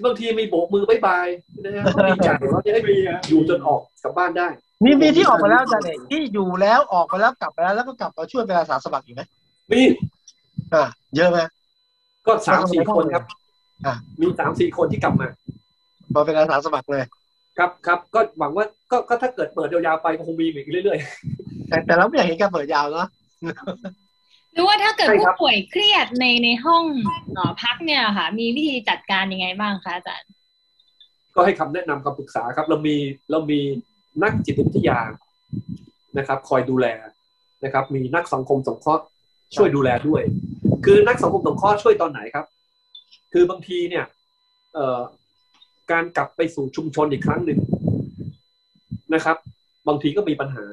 บางทีมีโบกมือบายบายนะฮะก็ดีใจว่าจะได้ มีฮะ อยู่จนออกกลับบ้านได้ มีมีที่ออกมาแล้วอาจารย์เอกที่อยู่แล้วออกมาแล้วกลับมาแล้วแล้วก็กลับมาช่วยเป็นอาสาสมัครอยู่ไหม มี อ่าเยอะไหม ก็สามสี่คนครับ อ่ะ มีสามสี่คนที่กลับมา มาเป็นอาสาสมัครเลย ครับครับ ก็หวังว่าก็ก็ถ้าเกิดเปิดยาวๆไปก็คงมีอีกเรื่อย แต่แต่เราไม่อยากเห็นการเปิดยาวเนาะ หรือว่าถ้าเกิด ใช่ค ผู้ รับ ป่วยเครียดในในห้องหอพักเนี่ยค่ะ มีวิธีจัดการยังไงบ้างคะอาจารย์ ก็ให้คำแนะนำคำปรึกษาครับ เรามีเรามีนักจิตวิทยานะครับ คอยดูแลนะครับ มีนักสังคมสงเคราะห์ช่วยดูแลด้วย คือนักสังคมสงเคราะห์ช่วยตอนไหนครับ คือบางทีเนี่ยเอ่อการกลับไปสู่ชุมชนอีกครั้งหนึ่งนะครับ บางทีก็มีปัญหา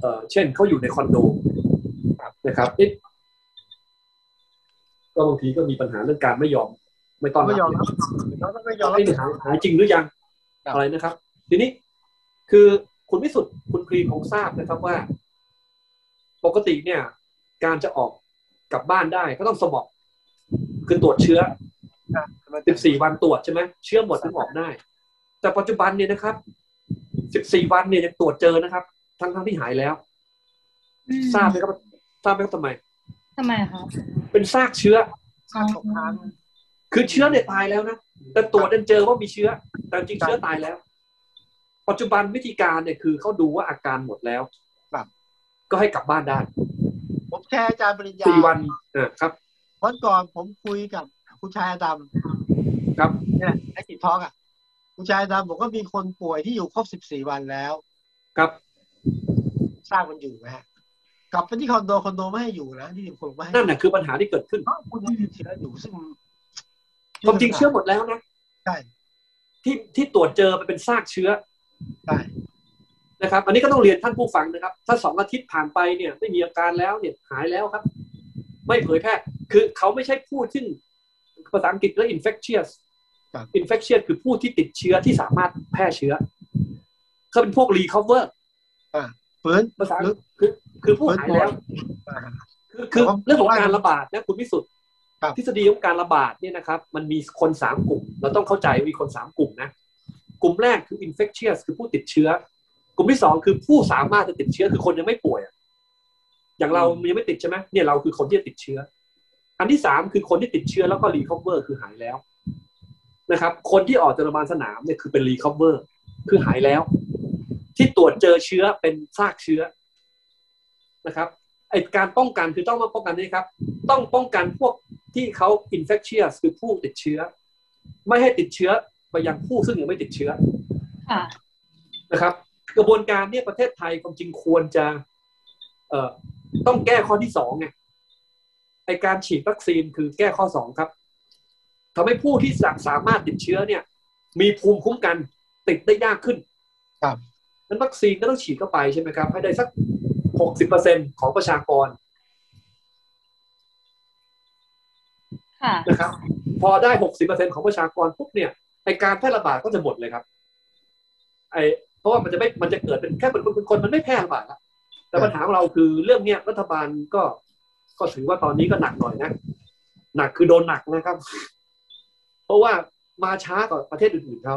เอ่อเช่นเขาอยู่ในคอนโดนะครับเอ๊ะก็บางทีก็มีปัญหาเรื่องการไม่ยอม ไม่ต้อนรับ ไม่ยอมรับเราต้องไม่ยอม เรา รับ ไอ้หาหาจริงหรือยัง ครับ อะไรนะครับ ทีนี้คือคุณวิสุทธิ์คุณครีมคงทราบนะครับว่า ปกติเนี่ย การจะออกกลับบ้านได้ก็ต้องสมองคือตรวจเชื้อ 14 วันตรวจใช่ไหมเชื้อหมดถึงออกได้ แต่ปัจจุบันเนี่ยนะครับ 14 วันเนี่ยยังตรวจเจอนะครับ ทั้งทั้งๆที่หายแล้ว อืม ทราบไหมครับทราบไหมครับทำไม ทำไมคะ เป็นซากเชื้อ อ๋อ ตกค้าง คือเชื้อเนี่ยตายแล้วนะ แต่ตรวจดันเจอว่ามีเชื้อ แต่จริง ครับ เชื้อตายแล้ว ปัจจุบันวิธีการเนี่ยคือเขาดูว่าอาการหมดแล้ว ครับ ก็ให้กลับบ้านได้ ผมแชร์อาจารย์ปริญญา สี่วันเออครับ วันก่อนผมคุยกับผู้ชายอาดำ ครับ เนี่ยไอ้ติดท้องอ่ะผู้ชายอาดำบอกว่ามีคนป่วยที่อยู่ครบ 14 วันแล้ว ครับ ทราบมันอยู่ไหมฮะกลับไปที่คอนโดคอนโดไม่ให้อยู่นะที่ดินคนไม่ให้ นั่นแหละคือปัญหาที่เกิดขึ้น เพราะคุณยังติดเชื้ออยู่ซึ่ง ความจริงเชื้อหมดแล้วนะ ใช่ ที่ที่ตรวจเจอมันเป็นซากเชื้อ ใช่ นะครับ อันนี้ก็ต้องเรียนท่านผู้ฟังนะครับ ถ้าสองอาทิตย์ผ่านไปเนี่ยไม่มีอาการแล้วเนี่ยหายแล้วครับ ไม่เผยแพร่คือเขาไม่ใช่ผู้ซึ่งภาษาอังกฤษเรียก infectious ครับ infectious คือผู้ที่ติดเชื้อที่สามารถแพร่เชื้อเขาเป็นพวก recover ฟื้น ภาษา ลึก คือคือผู้หายแล้ว อ่า คือคือ ผม เรื่องของการระบาดนะคุณวิสุทธ์ ครับ ทฤษฎีของการระบาดเนี่ยนะครับ มันมีคนสามกลุ่ม เราต้องเข้าใจว่ามีคนสามกลุ่มนะ กลุ่มแรกคือ infectious คือผู้ติดเชื้อ กลุ่มที่สองคือผู้สามารถจะติดเชื้อคือคนยังไม่ป่วยอะอย่างเรายังไม่ติดใช่ไหมเนี่ยเราคือคนที่จะติดเชื้อ อันที่สามคือคนที่ติดเชื้อแล้วก็ recover คือหายแล้วนะครับ คนที่ออกจากโรงพยาบาลสนามเนี่ยคือเป็น recover คือหายแล้ว ที่ตรวจเจอเชื้อเป็นซากเชื้อนะครับ ไอการป้องกันคือต้องมาป้องกันนี่ครับ ต้องป้องกันพวกที่เขา infectious คือผู้ติดเชื้อ ไม่ให้ติดเชื้อไปยังผู้ซึ่งยังไม่ติดเชื้อ ค่ะ นะครับ กระบวนการเนี่ยประเทศไทยความจริงควรจะเอ่อต้องแก้ข้อที่สองไงไอการฉีดวัคซีนคือแก้ข้อสองครับทำให้ผู้ที่สาสามารถติดเชื้อเนี่ย มีภูมิคุ้มกันติดได้ยากขึ้น ครับ นั้นวัคซีนก็ต้องฉีดเข้าไปใช่ไหมครับ ให้ได้สักหกสิบเปอร์เซ็นของประชากร ค่ะ นะครับพอได้หกสิบเปอร์เซ็นของประชากรปุ๊บเนี่ยไอการแพร่ระบาดก็จะหมดเลยครับไอเพราะว่ามันจะไม่มันจะเกิดเป็นแค่เป็นคนคนมันไม่แพร่ระบาดละแต่ปัญหาของเราคือเรื่องเนี้ยรัฐบาลก็ก็ถือว่าตอนนี้ก็หนักหน่อยนะ หนักคือโดนหนักนะครับ เพราะว่ามาช้ากว่าประเทศอื่นๆเขา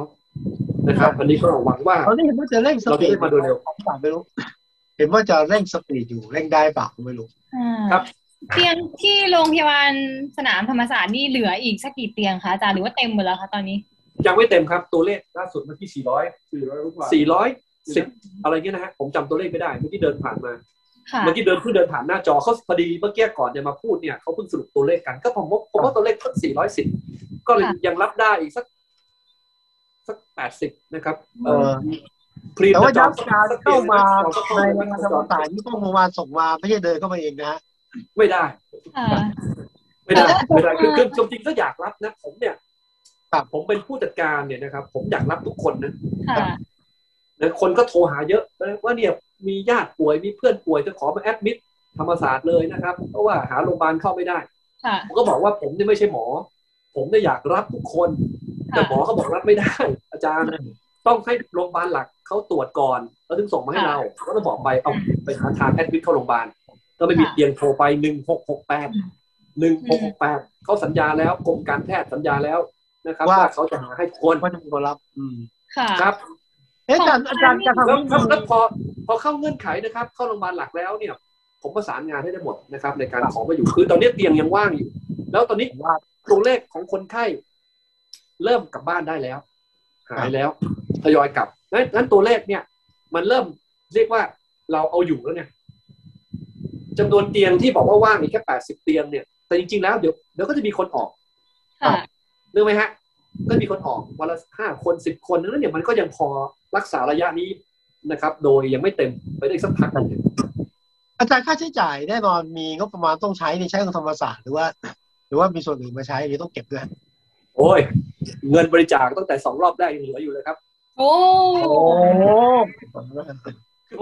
นะครับ อันนี้ก็หวังว่า ตอนนี้เห็นว่าจะเร่งส เรา ปีดจะได้มาโดยเร็ว ผมไม่รู้ เห็นว่าจะเร่งสปีดอยู่เร่งได้เปล่าผมไม่รู้ อ่า ครับ เตียงที่โรงพยาบาลสนามธรรมศาสตร์นี่เหลืออีกสักกี่เตียงคะอาจารย์หรือว่าเต็มหมดแล้วคะตอนนี้ ยังไม่เต็มครับตัวเลขล่าสุดเมื่อกี้สี่ร้อย สี่ร้อยกว่า สี่ร้อยสิบอะไรเงี้ยนะฮะผมจำตัวเลขไม่ได้เมื่อกี้เดินผ่านมา ค่ะ เมื่อกี้เดินเพิ่งเดินผ่านหน้าจอเขาพอดีเมื่อกี้ก่อนจะมาพูดเนี่ยเขาเพิ่งสรุปตัวเลขกัน ก็ผมว่าผมว่าตัวเลขเพิ่ง410 ก็เลย ค่ะ ยังรับได้อีกสักสัก 80 นะครับเอ่อ เออ พรีม แต่ว่า จะจอ ย้ำ ม การเข้ามา สัก ใน เดือน รัฐสภานี่ต้องลงมาส่งมาไม่ใช่เดินเข้ามาเองนะฮะ ไม่ได้ ค่ะ ไม่ได้ แต่ถ้า ไม่ได้คือ ถ้า คือจริงๆก็อยากรับนะผมเนี่ย ครับ ผมเป็นผู้จัดการเนี่ยนะครับ ผมอยากรับทุกคนนะ ค่ะ นะคนก็โทรหาเยอะนะว่าเนี่ยมีญาติป่วยมีเพื่อนป่วยจะขอมาแอดมิดธรรมศาสตร์เลยนะครับ เพราะว่าหาโรงพยาบาลเข้าไม่ได้ ค่ะ ผมก็บอกว่าผมเนี่ยไม่ใช่หมอ ผมเนี่ยอยากรับทุกคน แต่หมอเขาบอกรับไม่ได้ อาจารย์ต้องให้โรงพยาบาลหลักเขาตรวจก่อนแล้วถึงส่งมาให้เราก็ต้องบอกไปเอาไปหาทางแอดมิดเข้าโรงพยาบาลก็ไม่มี ค่ะ เตียงโทรไปหนึ่งหกหกแปดหนึ่งหกหกแปดเขาสัญญาแล้วกรมการแพทย์สัญญาแล้วนะครับ ว่า ว่าเขาจะหาให้ทุกคน ว่าจะมีคนรับ อืม ค่ะ ครับ เอ๊ะอาจารย์อาจารย์จะทำ แล้ว วิ แล้วแล้ว ธี พอพอเข้าเงื่อนไขนะครับ เข้าโรงพยาบาลหลักแล้วเนี่ย ผมประสานงานให้ได้หมดนะครับ ในการขอมาอยู่คือตอนนี้เตียงยังว่างอยู่ แล้วตอนนี้ ผมว่า ตัวเลขของคนไข้ เริ่มกลับบ้านได้แล้ว หายแล้วทยอยกลับงั้นงั้นตัวเลขเนี่ย มันเริ่มเรียกว่าเราเอาอยู่แล้วเนี่ยจำนวนเตียงที่บอกว่าว่างอีกแค่แปดสิบเตียงเนี่ยแต่จริงๆแล้วเดี๋ยวเดี๋ยวก็จะมีคนออก ค่ะ นึกไหมฮะ ก็มีคนออกวันละห้าคนสิบคนนั้นเนี่ยมันก็ยังพอรักษาระยะนี้นะครับ โดยยังไม่เต็มไปได้อีกสักพักหนึ่ง อาจารย์ค่าใช้จ่ายแน่นอนมีงบประมาณต้องใช้ในใช้ของธรรมศาสตร์หรือว่า หรือว่ามีส่วนอื่นมาใช้หรือต้องเก็บด้วย โอ้ย เงินบริจาคตั้งแต่สองรอบแรกยังเหลืออยู่เลยครับ โอ้ คือผม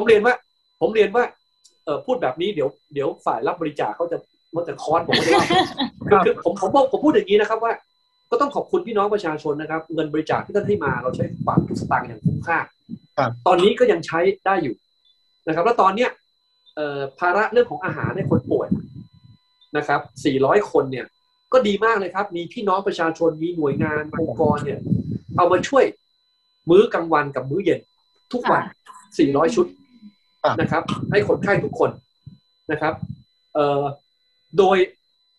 เรียนว่า ผมเรียนว่า เออพูดแบบนี้เดี๋ยวเดี๋ยวฝ่ายรับบริจาคเขาจะมันจะคอนผมไม่ได้ว่าคือผมผมบอกผมพูดอย่างนี้นะครับว่า ก็ต้องขอบคุณพี่น้องประชาชนนะครับ เงินบริจาคที่ท่านให้มาเราใช้ปากทุกสตางค์อย่างคุ้มค่าตอนนี้ก็ยังใช้ได้อยู่นะครับ แล้วตอนเนี้ยเอ่อภาระเรื่องของอาหารให้คนป่วยนะครับ 400 คนเนี่ย ก็ดีมากเลยครับ มีพี่น้องประชาชนมีหน่วยงานองค์กรเนี่ย เอามาช่วย มื้อกลางวันกับมื้อเย็น ทุกวัน 400 ชุด นะครับ ให้คนไข้ทุกคนนะครับเอ่อโดย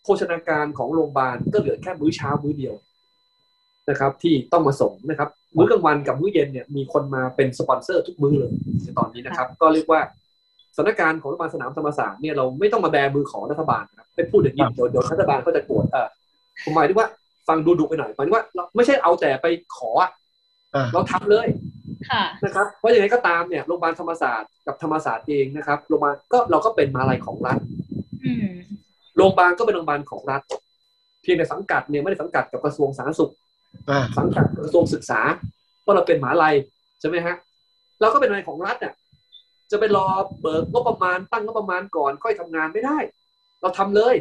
โภชนาการของโรงพยาบาลก็เหลือแค่มื้อเช้ามื้อเดียวนะครับ ที่ต้องมาส่งนะครับ มื้อกลางวันกับมื้อเย็นเนี่ยมีคนมาเป็นสปอนเซอร์ทุกมื้อเลยในตอนนี้นะครับ ก็เรียกว่าสถานการณ์ของโรงพยาบาลสนามธรรมศาสตร์เนี่ยเราไม่ต้องมาแบมือขอรัฐบาลนะครับไม่พูดอย่างนี้เดี๋ยวเดี๋ยวรัฐบาลก็จะโกรธเออผมหมายถึงว่าฟังดูดุไปหน่อยหมายถึงว่าเราไม่ใช่เอาแต่ไปขออะ อ่า เราทำเลย ค่ะ นะครับเพราะยังไงก็ตามเนี่ยโรงพยาบาลธรรมศาสตร์กับธรรมศาสตร์เองนะครับโรงพยาบาลก็เราก็เป็นมหาลัยของรัฐ อืม โรงพยาบาลก็เป็นโรงพยาบาลของรัฐ เพียงแต่สังกัดเนี่ยไม่ได้สังกัดกับกระทรวงสาธารณสุข อ่า สังกัดกระทรวงศึกษาเพราะเราเป็นมหาลัยใช่ไหมฮะเราก็เป็นมหาลัยของรัฐอ่ะจะไปรอเบิกงบประมาณตั้งงบประมาณก่อนค่อยทำงานไม่ได้ เราทำเลย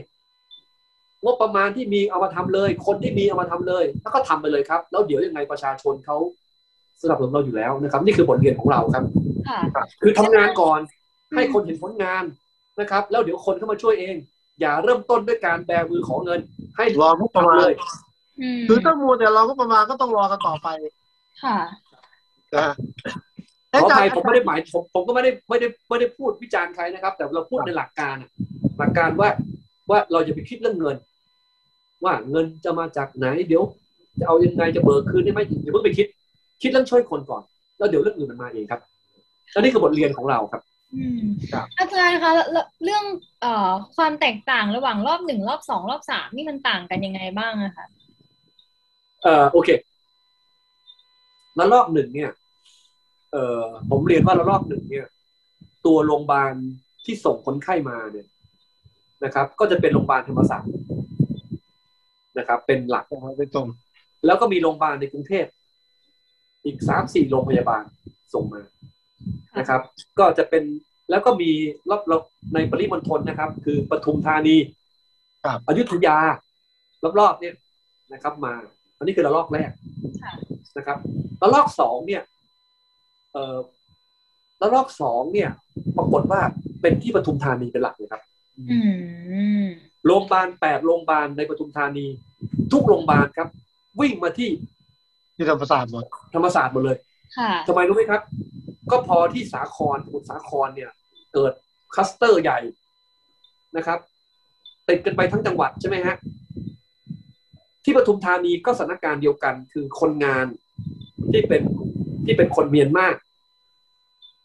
งบประมาณที่มีเอามาทำเลย คนที่มีเอามาทำเลย แล้วก็ทำไปเลยครับ แล้วเดี๋ยวยังไงประชาชนเขาสนับสนุนเราอยู่แล้วนะครับ นี่คือบทเรียนของเราครับ ค่ะ คือทำงานก่อนให้คนเห็นผลงานนะครับ แล้วเดี๋ยวคนเข้ามาช่วยเอง อย่าเริ่มต้นด้วยการแบมือของเงิน ให้ รอก็ประมาณทำเลย อืม คือต้องมูลแต่เราก็ประมาณก็ต้องรอกันต่อไป ค่ะ นะฮะ ขออภัย เะ ผมไม่ได้หมายผมผมก็ไม่ได้ไม่ได้ไม่ได้พูดวิจารณ์ใครนะครับ แต่เราพูดในหลักการอะหลักการว่าว่าเราจะไปคิดเรื่องเงิน ว่าเงินจะมาจากไหน เดี๋ยวจะเอายังไงจะเบิกคืนได้ไหมอย่าเพิ่งไปคิด คิดเรื่องช่วยคนก่อน แล้วเดี๋ยวเรื่องอื่นมันมาเองครับแล้วนี่คือบทเรียนของเราครับ อืม ครับ อาจารย์คะแล้วแล้วเรื่องเอ่อความแตกต่างระหว่างรอบหนึ่งรอบสองรอบสามนี่มันต่างกันยังไงบ้างอะคะ เอ่อโอเคแล้วรอบหนึ่งเนี่ย เอ่อผมเรียนว่าแล้วรอบหนึ่งเนี่ย ตัวโรงพยาบาลที่ส่งคนไข้มาเนี่ยนะครับ ก็จะเป็นโรงพยาบาลธรรมศาสตร์นะครับ เป็นหลัก ส่งมาไปตรง แล้วก็มีโรงพยาบาลในกรุงเทพอีกสามสี่โรงพยาบาลส่งมา ค่ะ นะครับ ก็จะเป็นแล้วก็มีรอบรอบในปริมณฑลนะครับ คือปทุมธานี ครับ อยุธยารอบๆเนี่ยนะครับ มา อันนี้คือระลอกแรก ค่ะ นะครับระลอกสองเนี่ย เอ่อระลอกสองเนี่ย ปรากฏว่าเป็นที่ปทุมธานีเป็นหลักเลยครับ อืม โรงพยาบาลแปดโรงพยาบาลในปทุมธานี ทุกโรงพยาบาลครับ วิ่งมาที่ ที่ธรรมศาสตร์หมด ธรรมศาสตร์หมดเลย ค่ะ ทำไมรู้ไหมครับ ก็พอที่สาครสมุทรสาครเนี่ย เกิดคลัสเตอร์ใหญ่นะครับติดกันไปทั้งจังหวัดใช่ไหมฮะ ที่ปทุมธานีก็สถานการณ์เดียวกันคือคนงานที่เป็นที่เป็นคนเมียนมา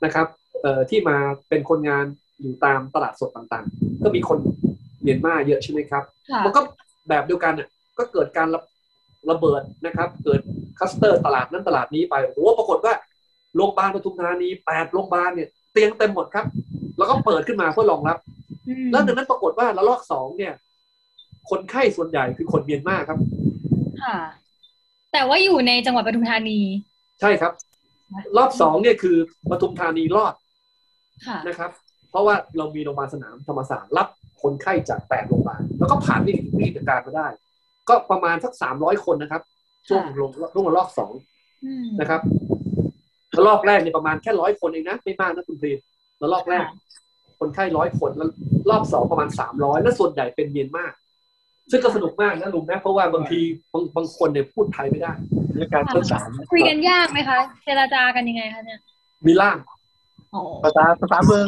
นะครับเอ่อที่มาเป็นคนงานอยู่ตามตลาดสดต่างๆ ก็มีคนเมียนมาเยอะใช่ไหมครับ ค่ะ มันก็แบบเดียวกันน่ะก็เกิดการระระเบิดนะครับ เกิดคลัสเตอร์ตลาดนั้นตลาดนี้ไปโอ้โหปรากฏว่า โรงพยาบาลปทุมธานีแปดโรงพยาบาลเนี่ยเตียงเต็มหมดครับ แล้วก็เปิดขึ้นมาเพื่อรองรับ อืม แล้วดังนั้นปรากฏว่าระลอกสองเนี่ย คนไข้ส่วนใหญ่คือคนเมียนมาครับ ค่ะ แต่ว่าอยู่ในจังหวัดปทุมธานี ใช่ครับ รอบสองเนี่ยคือปทุมธานีรอด ค่ะ นะครับ เพราะว่าเรามีโรงพยาบาลสนามธรรมศาสตร์รับคนไข้จากแปดโรงพยาบาลแล้วก็ผ่านวิกฤตวิกฤตการณ์มาได้ ก็ประมาณสักสามร้อยคนนะครับ ช่วง ค่ะ ลงช่วงระลอกสอง อืม นะครับแล้วรอบแรกเนี่ยประมาณแค่ร้อยคนเองนะ ไม่มากนะคุณพรีมแล้วรอบแรก ค่ะ คนไข้ร้อยคนแล้วรอบสองประมาณสามร้อยและส่วนใหญ่เป็นเมียนมาซึ่งก็สนุกมากนะลุงนะ เพราะว่าบางทีบางบางคนเนี่ยพูดไทยไม่ได้ ในการสื่อสาร คุยกันยากไหมคะเจรจากันยังไงคะเนี่ย มีล่าม อ๋อ ภาษาภาษาเมือง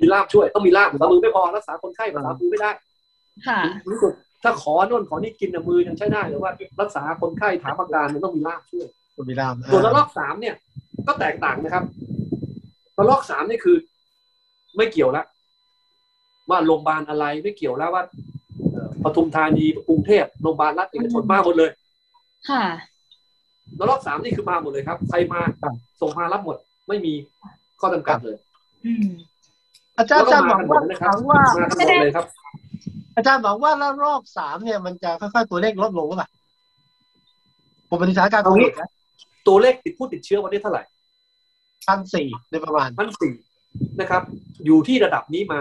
มีล่ามช่วย ต้องมีล่ามภาษามือไม่พอรักษาคนไข้ภาษามือไม่ได้ ค่ะ รู้สึกถ้าขอโน่นขอนี่กินน่ะมือยังใช้ได้แต่ว่า รักษาคนไข้ถามอาการมันต้องมีล่ามช่วย บุรีรัมย์ ส่วนระลอกสามเนี่ยก็แตกต่างนะครับระลอกสามนี่คือ ไม่เกี่ยวละว่าโรงพยาบาลอะไรไม่เกี่ยวแล้วว่าเอ่อปทุมธานีกรุงเทพโรงพยาบาลรัฐเอกชนมาหมดเลย ค่ะ ระลอกสามนี่คือมาหมดเลยครับใครมาส่งมารับหมด ไม่มีข้อจำกัดเลย อืม อาจารย์อาจารย์แล้หัวก็ ง ม ว่า กันหมดนะค ห รัวับงว่า มากันหมดเลยครับ อาจารย์บอกว่าแล้วรอบสามเนี่ยมันจะค่อยๆตัวเลขลดลงหรือเปล่าผมปฏิสถานการณ์โควิดนะ ตัวเลขติดผู้ติดเชื้อวันนี้เท่าไหร่ พันสี่โดยประมาณ พันสี่นะครับ อยู่ที่ระดับนี้มา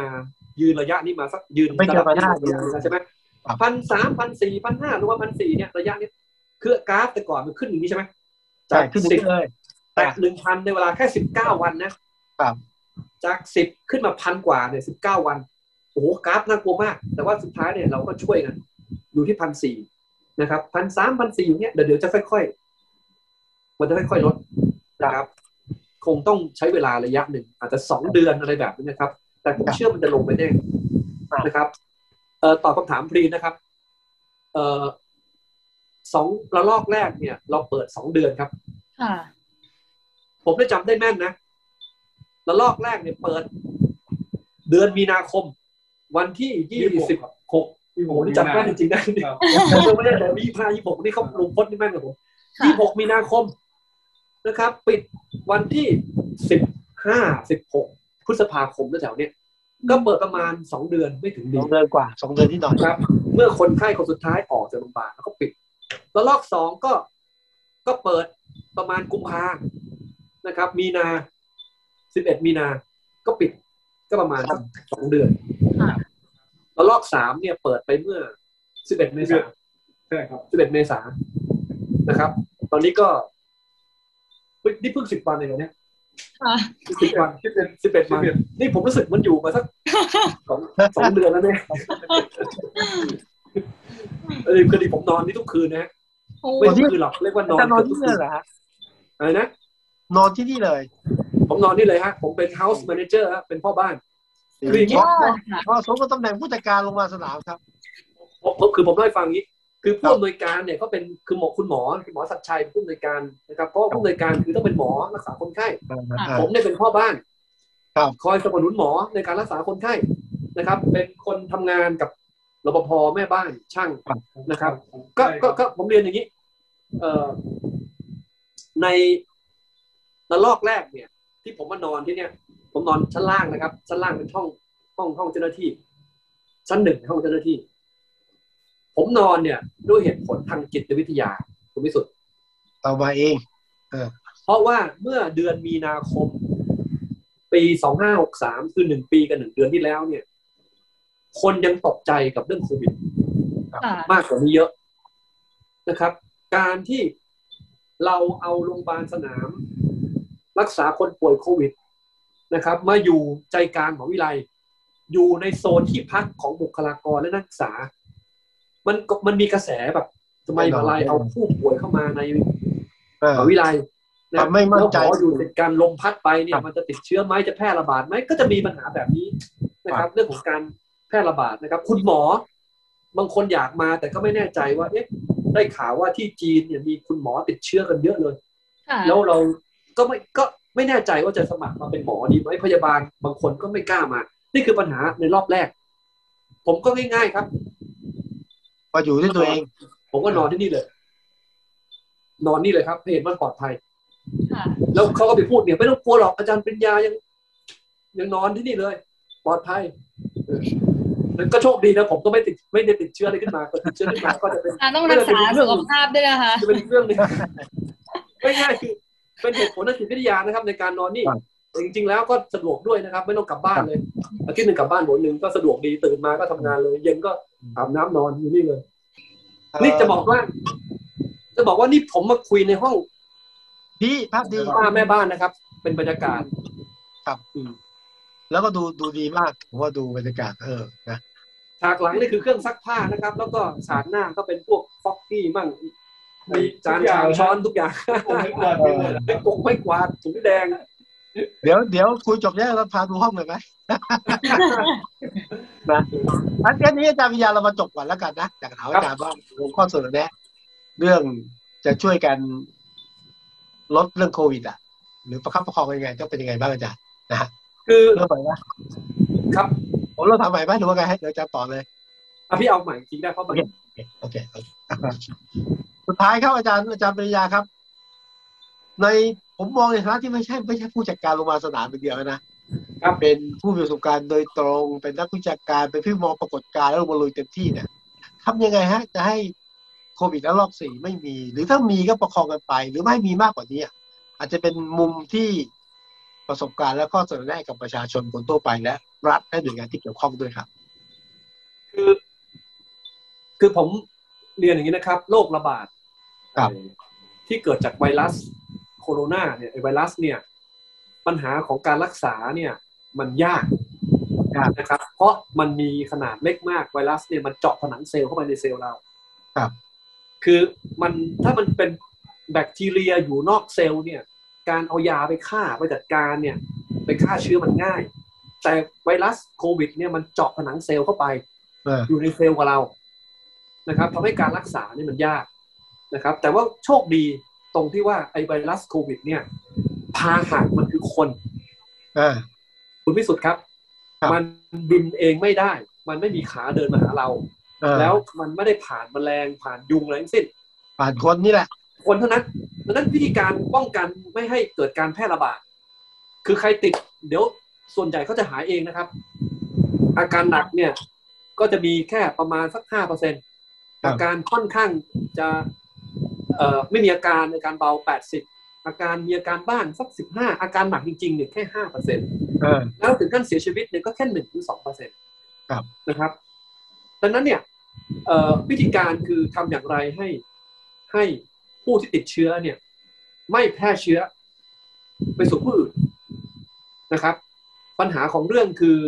ยืนระยะนี้มาสักยืน ไม่เกิน ระดับ 1,500 นี้มาใช่ไหม ครับ พันสามพันสี่พันห้าหรือว่าพันสี่เนี่ยระยะนี้คือกราฟแต่ก่อนมันขึ้นอย่างนี้ใช่ไหม จ่าย จาก ขึ้น สิบ เรื่อย แตะหนึ่งพันในเวลาแค่สิบเก้าวันนะครับ จากสิบขึ้นมาพันกว่าเนี่ยสิบเก้าวันโอ้โหกราฟน่ากลัวมาก แต่ว่าสุดท้ายเนี่ยเราก็ช่วยกันอยู่ที่พันสี่นะครับพันสามพันสี่อย่างเงี้ยเดี๋ยวเดี๋ยวจะค่อยๆมันจะค่อยๆลดนะครับ คงต้องใช้เวลาระยะหนึ่ง อาจจะสองเดือนอะไรแบบนี้นะครับ แต่ผมเชื่อมันจะลงไปได้นะครับเอ่อตอบคำถามพรีนะครับเอ่อสองระลอกแรกเนี่ย เราเปิดสองเดือนครับ ค่ะ ผมได้จำได้แม่นนะระลอกแรกเนี่ยเปิด เดือนมีนาคม วันที่ยี่สิบหกโอ้โหนี่จำแม่นจริงๆนะ ครับ ผมจำไม่ได้แต่ยี่ห้ายี่หกนี่เขาลงพ้นนี่แม่นกับผม ค่ะ ยี่หกมีนาคมนะครับ ปิดวันที่สิบห้าสิบหกพฤษภาคมแถวๆเนี้ยก็เปิดประมาณสองเดือนไม่ถึง ส เดื อ อง น เดือนกว่าสองเดือนที่หน่อย ครับเมื่อคนไข้คนสุดท้ายออกจากโรงพยาบาลแล้วก็ปิด แล้วลอกสองก็ก็เปิดประมาณกุมภานะครับ มีนาสิบเอ็ดมีนาก็ปิดก็ประมาณสักสองเดือน ค่ะ แล้วลอกสามเนี่ยเปิดไปเมื่อสิบเอ็ดเมษา ใช่ครับ สิบเอ็ดเมษานะครับ ตอนนี้ก็เฮ้ยนี่เพิ่งสิบวันเองเหรอเนี่ย ค่ะ สิบวัน คิดเป็น สิบเอ็ดวันนี่ผมรู้สึกมันอยู่มาสัก สองสองเดือนแล้วเนี่ยเออคดีผมนอนนี่ทุกคืนนะฮะ โอ้ ไม่ทุกคืนหรอกเรียกว่านอน อาจารย์นอน เกือบทุ ที่ ก นี่ คื เล น ยเหรอฮะ อะไรนะ นอนที่นี่เลย ผมนอนนี่เลยฮะ ผมเป็น house manager ฮะเป็นพ่อบ้าน คืออย่างนี้ ยอดค่ะ พอสมกับตำแหน่งผู้จัดการลงมาลสนามครับ ผมผมคือผมเล่าให้ฟังอย่างนี้ คือผู้อำนวยการเนี่ยเขาเป็นคือหมอคุณหมอคือหมอสัจชัยเป็นผู้อำนวยการนะครับเพราะว่าผู้อำนวยการคือต้องเป็นหมอรักษาคนไข้ ครับ ผมเนี่ยเป็นพ่อบ้าน ครับ คอยสนับสนุนหมอในการรักษาคนไข้นะครับ เป็นคนทำงานกับรปภแม่บ้านช่าง นะครับ ก็ก็ก็ผมเรียนอย่างนี้ เอ่อในระลอกแรกเนี่ย ที่ผมมานอนที่เนี่ย ผมนอนชั้นล่างนะครับ ชั้นล่างเป็นห้องห้องห้องเจ้าหน้าที่ ชั้นหนึ่งห้องเจ้าหน้าที่ ผมนอนเนี่ย ด้วยเหตุผลทางจิตวิทยาคุณพิสุทธิ์ เอามาเอง เพราะว่าเมื่อเดือนมีนาคม ปีสองห้าหกสามคือหนึ่งปีกับหนึ่งเดือนที่แล้วเนี่ย คนยังตกใจกับเรื่องโควิด ค่ะ มากกว่านี้เยอะนะครับ การที่เราเอาโรงพยาบาลสนาม รักษาคนป่วยโควิดนะครับ มาอยู่ใจกลางของวิไลอยู่ในโซนที่พักของบุคลากรและนักศึกษา มันก็มันมีกระแสแบบทำไมมหาลัยเอาผู้ป่วยเข้ามาใน เออ มหาวิทยาลัยนะครับ ไม่มั่นใจ แล้วหออยู่ติดการลมพัดไปเนี่ยมันจะติดเชื้อไหมจะแพร่ระบาดไหมก็จะมีปัญหาแบบนี้นะครับ เรื่องของการแพร่ระบาดนะครับ คุณหมอ บางคนอยากมาแต่ก็ไม่แน่ใจว่าเอ๊ะได้ข่าวว่าที่จีนเนี่ยมีคุณหมอติดเชื้อกันเยอะเลย ค่ะ แล้วเราก็ไม่ก็ไม่แน่ใจว่าจะสมัครมาเป็นหมอดีไหมพยาบาลบางคนก็ไม่กล้ามา นี่คือปัญหาในรอบแรก ผมก็ง่ายๆครับ มาอยู่ด้วยตัวเอง ผมก็นอนที่นี่เลย นอนนี่เลยครับให้เห็นว่าปลอดภัย ค่ะ แล้วเขาก็ไปพูดเนี่ยไม่ต้องกลัวหรอกอาจารย์ปริญญายังยังนอนที่นี่เลย ปลอดภัยเออมันก็โชคดีนะผมก็ไม่ติดไม่ได้ติดเชื้ออะไรขึ้นมาก็ติดเชื้อขึ้นมาก็จะเป็น อ่ะต้องรักษาสุขภาพด้วยนะคะ จะเป็นเรื่องหนึงไม่ง่ายคือเป็นเหตุผลทางจิตวิทยานะครับ ในการนอนนี่ ครับ จริงๆแล้วก็สะดวกด้วยนะครับ ไม่ต้องกลับบ้าน ครับ เลยอาทิตย์หนึ่งกลับบ้านหนหนึ่งก็สะดวกดีตื่นมาก็ทำงานเลย เย็นก็อาบน้ำนอนอยู่นี่เลย นี่จะบอกว่า จะบอกว่านี่ผมมาคุยในห้อง ดีภาพดี ป้าแม่บ้านนะครับ เป็นบรรยากาศ ครับ อืม แล้วก็ดูดูดีมากผมว่าดูบรรยากาศเออนะ ฉากหลังนี่คือเครื่องซักผ้านะครับ แล้วก็ฉากหน้าก็เป็นพวกฟอกกี้มั่งมีจานชามช้อนทุกอย่าง ผมไม่กลัวไม่กลัว ไม่กงไม่กวาดถุงแดง เดี๋ยวเดี๋ยวคุยจบแล้วเราพาดูห้อง [LAUGHS] เลยไหม นะอันอันนี้อาจารย์วิญญาเรามาจบก่อนแล้วกันนะจากถามอาจารย์ว่าหัวข้อเสนอแนะ เรื่องจะช่วยกันลดเรื่องโควิดอ่ะ หรือประคับประคองยังไงจะเป็นยังไงบ้างอาจารย์ คือ เริ่มใหม่นะครับ ผมเริ่มทำใหม่ไหมหรือว่าไงให้เดี๋ยวอาจารย์ต่อเลย อ่ะพี่เอาใหม่อีกทีได้เพราะมัน โอเคโอเคสุดท้ายครับอาจารย์อาจารย์ปริยาครับ ในผมมองในฐานะที่ไม่ใช่ไม่ใช่ผู้จัดการโรงพยาบาลสนามเป็นเดียวนะเป็นผู้มีประสบการณ์โดยตรงเป็นนักวิชาการเป็นผู้มองปรากฏการณ์แล้วลงมาลุยเต็มที่เนี่ยทำยังไงฮะ จะให้โควิดระลอกสี่ไม่มี หรือถ้ามีก็ประคองกันไป หรือไม่มีมากกว่านี้อ่ะอาจจะเป็นมุมที่ประสบการณ์และข้อเสนอแนะกับประชาชนคนทั่วไปและรัฐและหน่วยงานที่เกี่ยวข้องด้วยครับ คือ คือผมเรียนอย่างนี้นะครับโรคระบาด ครับ เอ่อที่เกิดจากไวรัสโคโรนาเนี่ยไอ้ไวรัสเนี่ย ปัญหาของการรักษาเนี่ย มันยากนะครับ เพราะมันมีขนาดเล็กมากไวรัสเนี่ยมันเจาะผนังเซลล์เข้าไปในเซลล์เรา ครับ คือมันถ้ามันเป็นแบคทีเรียอยู่นอกเซลล์เนี่ย การเอายาไปฆ่าไปจัดการเนี่ย ไปฆ่าเชื้อมันง่าย แต่ไวรัสโควิด เนี่ยมันเจาะผนังเซลล์เข้าไป เออ อยู่ในเซลล์กับเรา นะครับทำให้การรักษาเนี่ยมันยากนะครับ แต่ว่าโชคดีตรงที่ว่าไอไวรัสโควิด เนี่ยพาหะมันคือคน เออ คุณพิสุทธิ์ครับ ครับ มันบินเองไม่ได้ มันไม่มีขาเดินมาหาเรา เออ แล้วมันไม่ได้ผ่านแมลงผ่านยุงอะไรทั้งสิ้น ผ่านคนนี่แหละ คนเท่านั้นดังนั้นวิธีการป้องกันไม่ให้เกิดการแพร่ระบาด คือใครติด เดี๋ยวส่วนใหญ่เขาจะหายเองนะครับ อาการหนักเนี่ย ก็จะมีแค่ประมาณสักห้าเปอร์เซ็น ครับ อาการค่อนข้างจะเอ่อไม่มีอาการอาการเบาแปดสิบอาการมีอาการบ้างสักสิบห้าอาการหนักจริงๆเนี่ยแค่ห้าเปอร์เซ็น เออ แล้วถึงขั้นเสียชีวิตเนี่ยก็แค่หนึ่งหรือสองเปอร์เซ็นต์ ครับ นะครับ ดังนั้นเนี่ยเอ่อวิธีการคือทำอย่างไรให้ให้ผู้ที่ติดเชื้อเนี่ย ไม่แพร่เชื้อ ไปสู่ผู้อื่นนะครับ ปัญหาของเรื่องคือ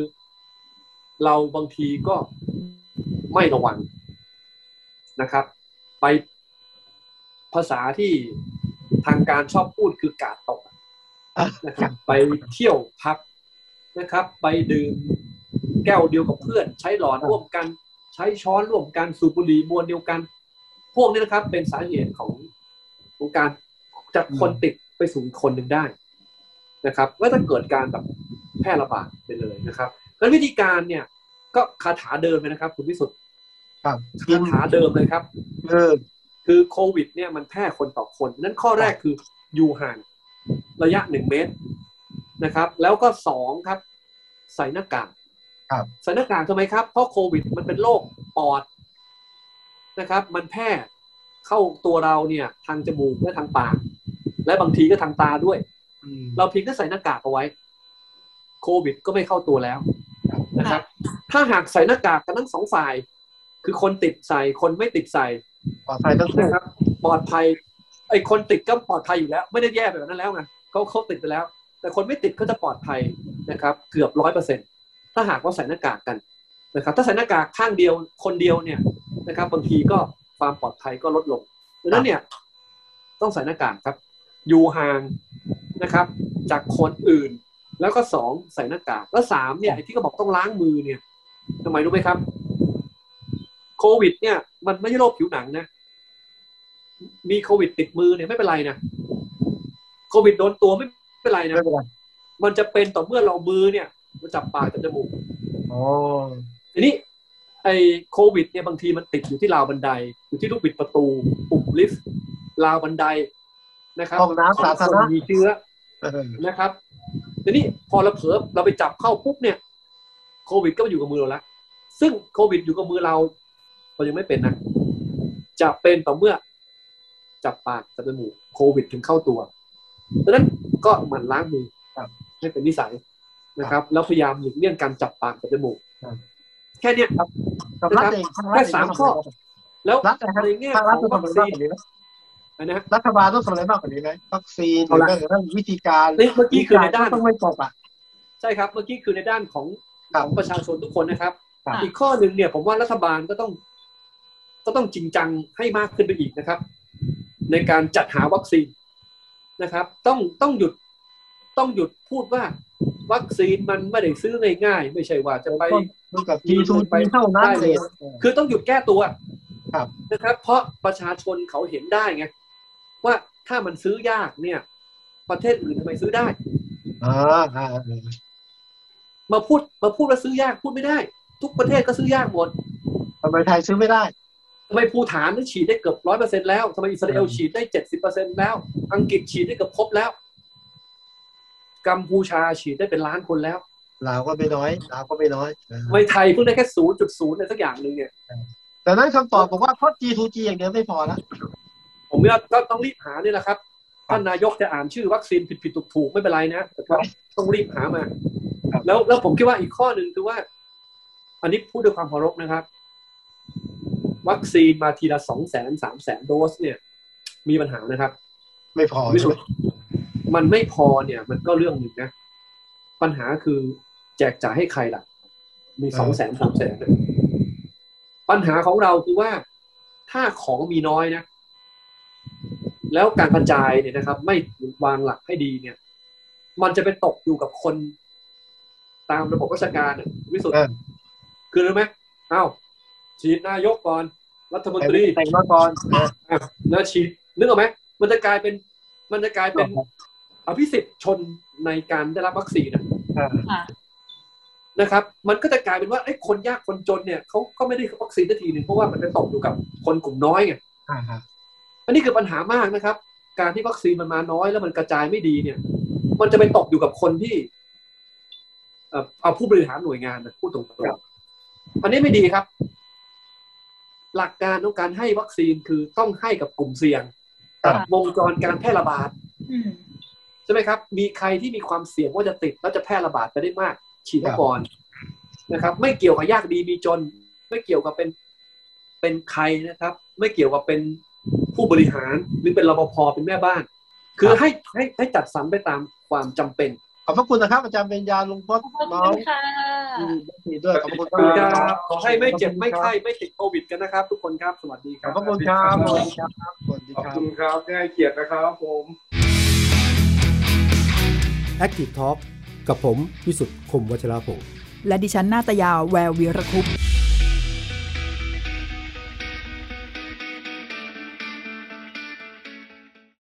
เราบางทีก็ไม่ระวังนะครับ ไปภาษาที่ทางการชอบพูดคือกาดตก นะครับไปเที่ยวพับนะครับ ไปดื่มแก้วเดียวกับเพื่อน ใช้หลอดร่วมกัน ใช้ช้อนร่วมกันสูบบุหรี่มวลเดียวกัน พวกนี้นะครับ เป็นสาเหตุของของการจากคนติดไปสู่อีกคนหนึ่งได้นะครับก็จะเกิดการแบบแพร่ระบาดไปเลยนะครับแล้ววิธีการเนี่ยก็คาถาเดิมเลยนะครับคุณพิสุทธิ์ ครับ คาถาเดิมเลยครับ เออ คือโควิดเนี่ยมันแพร่คนต่อคนนั้นข้อแรกคืออยู่ห่างระยะหนึ่งเมตรนะครับ แล้วก็สองครับ ใส่หน้ากาก ครับ ใส่หน้ากากทำไมครับ เพราะโควิดมันเป็นโรคปอดนะครับ มันแพร่เข้าตัวเราเนี่ยทางจมูกและทางปาก และบางทีก็ทางตาด้วย อืม เราเพียงแค่ใส่หน้ากากเอาไว้ โควิดก็ไม่เข้าตัวแล้วนะครับ ถ้าหากใส่หน้ากากกันทั้งสองฝ่าย คือคนติดใส่คนไม่ติดใส่ ปลอดภัยทั้งคู่ นะครับปลอดภัยไอ้คนติดก็ปลอดภัยอยู่แล้ว ไม่ได้แย่แบบนั้นแล้วไงเขาเขาติดไปแล้ว แต่คนไม่ติดก็จะปลอดภัยนะครับ เกือบร้อยเปอร์เซ็นถ้าหากว่าใส่หน้ากากกันนะครับ ถ้าใส่หน้ากากข้างเดียวคนเดียวเนี่ยนะครับ บางทีก็ความปลอดภัยก็ลดลงดังนั้นเนี่ย ต้องใส่หน้ากากครับ อยู่ห่างนะครับ จากคนอื่น แล้วก็สองใส่หน้ากากแล้วสามเนี่ยไอ้ที่ก็บอกต้องล้างมือเนี่ยทำไมรู้ไหมครับ โควิด เนี่ย มันไม่ใช่โรคผิวหนังนะ มีโควิดติดมือเนี่ยไม่เป็นไรนะ โควิดโดนตัวไม่เป็นไรนะ ไม่เป็นไร มันจะเป็นต่อเมื่อเรามือเนี่ยมาจับปากจับจมูก อ๋อ ทีนี้ไอ้โควิดเนี่ยบางทีมันติดอยู่ที่ราวบันได อยู่ที่ลูกบิดประตู ปุ่มลิฟต์ราวบันได นะครับ ห้องน้ำสาธารณะ ของคนมีเชื้อ เออ นะครับทีนี้พอเราเผลอเราไปจับเข้าปุ๊บเนี่ย โควิดก็มาอยู่กับมือเราละซึ่งโควิดอยู่กับมือเราเรายังไม่เป็นนะจะเป็นต่อเมื่อ จับปากจับจมูกโควิดถึงเข้าตัวดังนั้นก็หมั่นล้างมือ ครับ ให้เป็นนิสัยนะครับ แล้วพยายามหลีกเลี่ยงการจับปากจับจมูก ครับ แค่เนี้ย กับรัฐเองทงรัฐเอง แค่สามข้อ แล้ว รัฐนะครับ ในแง่ ภาค ข รั อ ฐ ง ต้องทำ วั อะ ค ไรมากกซีนว่านี้ไหม นะฮะ รัฐบาลต้องทำอะไรมากกว่านี้ไหมวัคซีนห เอา รือ ละ แม้กระทั่งวิธีการ นี่เมื่อกี้คือในด้าน ต้องไม่จบอ่ะ ใช่ครับ เมื่อกี้คือในด้านของ ครับ ของประชาชนทุกคนนะครับ ครับ อีกข้อหนึ่งเนี่ย ผมว่ารัฐบาลก็ต้อง ก็ต้องจริงจังให้มากขึ้นไปอีกนะครับ ในการจัดหาวัคซีนนะครับ ต้องต้องหยุดต้องหยุดพูดว่า วัคซีนมันไม่ได้ซื้อง่ายๆไม่ใช่ว่าจะไป ดูกับจีทูจีเท่านั้นเลย คือต้องหยุดแก้ตัว ครับ นะครับ เพราะประชาชนเขาเห็นได้ไงว่าถ้ามันซื้อยากเนี่ย ประเทศอื่นทำไมซื้อได้ ่าอ่าอ่า มาพูดมาพูดว่าซื้อยากพูดไม่ได้ ทุกประเทศก็ซื้อยากหมด ทำไมไทยซื้อไม่ได้ ทำไมภูฐานนี่ฉีดได้เกือบร้อยเปอร์เซ็นแล้วทำไมอิสราเอล อืม ฉีดได้เจ็ดสิบเปอร์เซ็นแล้ว อังกฤษฉีดได้เกือบครบแล้ว กัมพูชาฉีดได้เป็นล้านคนแล้ว ลาวก็ไม่น้อยลาวก็ไม่น้อยเออ ทำไมไทยเพิ่งได้แค่ศูนย์จุดศูนย์อะไรสักอย่างหนึ่งเนี่ย แต่นั้นคำตอบบอกว่าเพราะ G2G อย่างเดียวไม่พอนะ ผมว่าก็ต้องรีบหาเนี่ยแหละครับ ท่านนายกจะอ่านชื่อวัคซีนผิดผิดถูกถูกๆไม่เป็นไรนะแต่ว่าต้องรีบหามา ครับ แล้วแล้วผมคิดว่าอีกข้อหนึ่งคือว่า อันนี้พูดด้วยความเคารพนะครับ วัคซีนมาทีละสองแสนสามแสนโดสเนี่ย มีปัญหานะครับ ไม่พอ วิ ใช่ สุ ไห ท ม ธ์มันไม่พอเนี่ย มันก็เรื่องหนึ่งนะ ปัญหาคือแจกจ่ายให้ใครล่ะ มีสองแสนสามแสนปัญหาของเราคือว่าถ้าของมีน้อยนะ แล้วการกระจายเนี่ยนะครับ ไม่วางหลักให้ดีเนี่ย มันจะไปตกอยู่กับคนตามระบบราชการอะวิสุทธ์ เออ คือรู้ไหมอ้าวฉีดนายกก่อนรัฐมน แต่ ตรี แต่งมาก่อนนะ อ่ะแล้วชีนึกออกไหมมันจะกลายเป็นมันจะกลายเป็น ครับ อภิสิทธิ์ชนในการได้รับวัคซีนอะ อ่า ค่ะ นะครับ มันก็จะกลายเป็นว่าไอ้ยคนยากคนจนเนี่ยเขาก็ไม่ได้วัคซีนสักทีหนึ่งเพราะว่ามันไปตกอยู่กับคนกลุ่มน้อยไง อ่าฮะ อันนี้คือปัญหามากนะครับ การที่วัคซีนมันมาน้อยแล้วมันกระจายไม่ดีเนี่ย มันจะไปตกอยู่กับคนที่เอ่อเอาผู้บริหารหน่วยงานนะพูดตรงๆอันนี้ไม่ดีครับ หลักการของการให้วัคซีนคือต้องให้กับกลุ่มเสี่ยง ครับ วงจรการแพร่ระบาด อืม ใช่ไหมครับ มีใครที่มีความเสี่ยงว่าจะติดแล้วจะแพร่ระบาดไปได้มาก ฉีดไว้ก่อนนะครับ ไม่เกี่ยวกับยากดีมีจน ไม่เกี่ยวกับเป็นเป็นใครนะครับ ไม่เกี่ยวกับเป็นผู้บริหารหรือเป็นรปภเป็นแม่บ้าน คือให้ให้ให้จัดสรรไปตามความจำเป็น ขอบพระคุณนะครับ อาจารย์เป็นยาลงพจน์ ขอบ เมา คุณ ส์ ค่ะ อืมดีด้วยขอบพระคุณ ขอบคุณคครั รั บบ ขอให้ไม่เจ็บไม่ไข้ไม่ติดโควิดกันนะครับ ทุกคนครับ สวัสดีค ขอ รั บบ พระคุณครับสวัสดีครับสวัสดี ขอบ ครับ คุณครับที่ให้เกียรตินะครับผม Active Talk กับผม วิสุทธ์คมวัชราภงศ์ และดิฉันนาตยาแวววีรคุปต์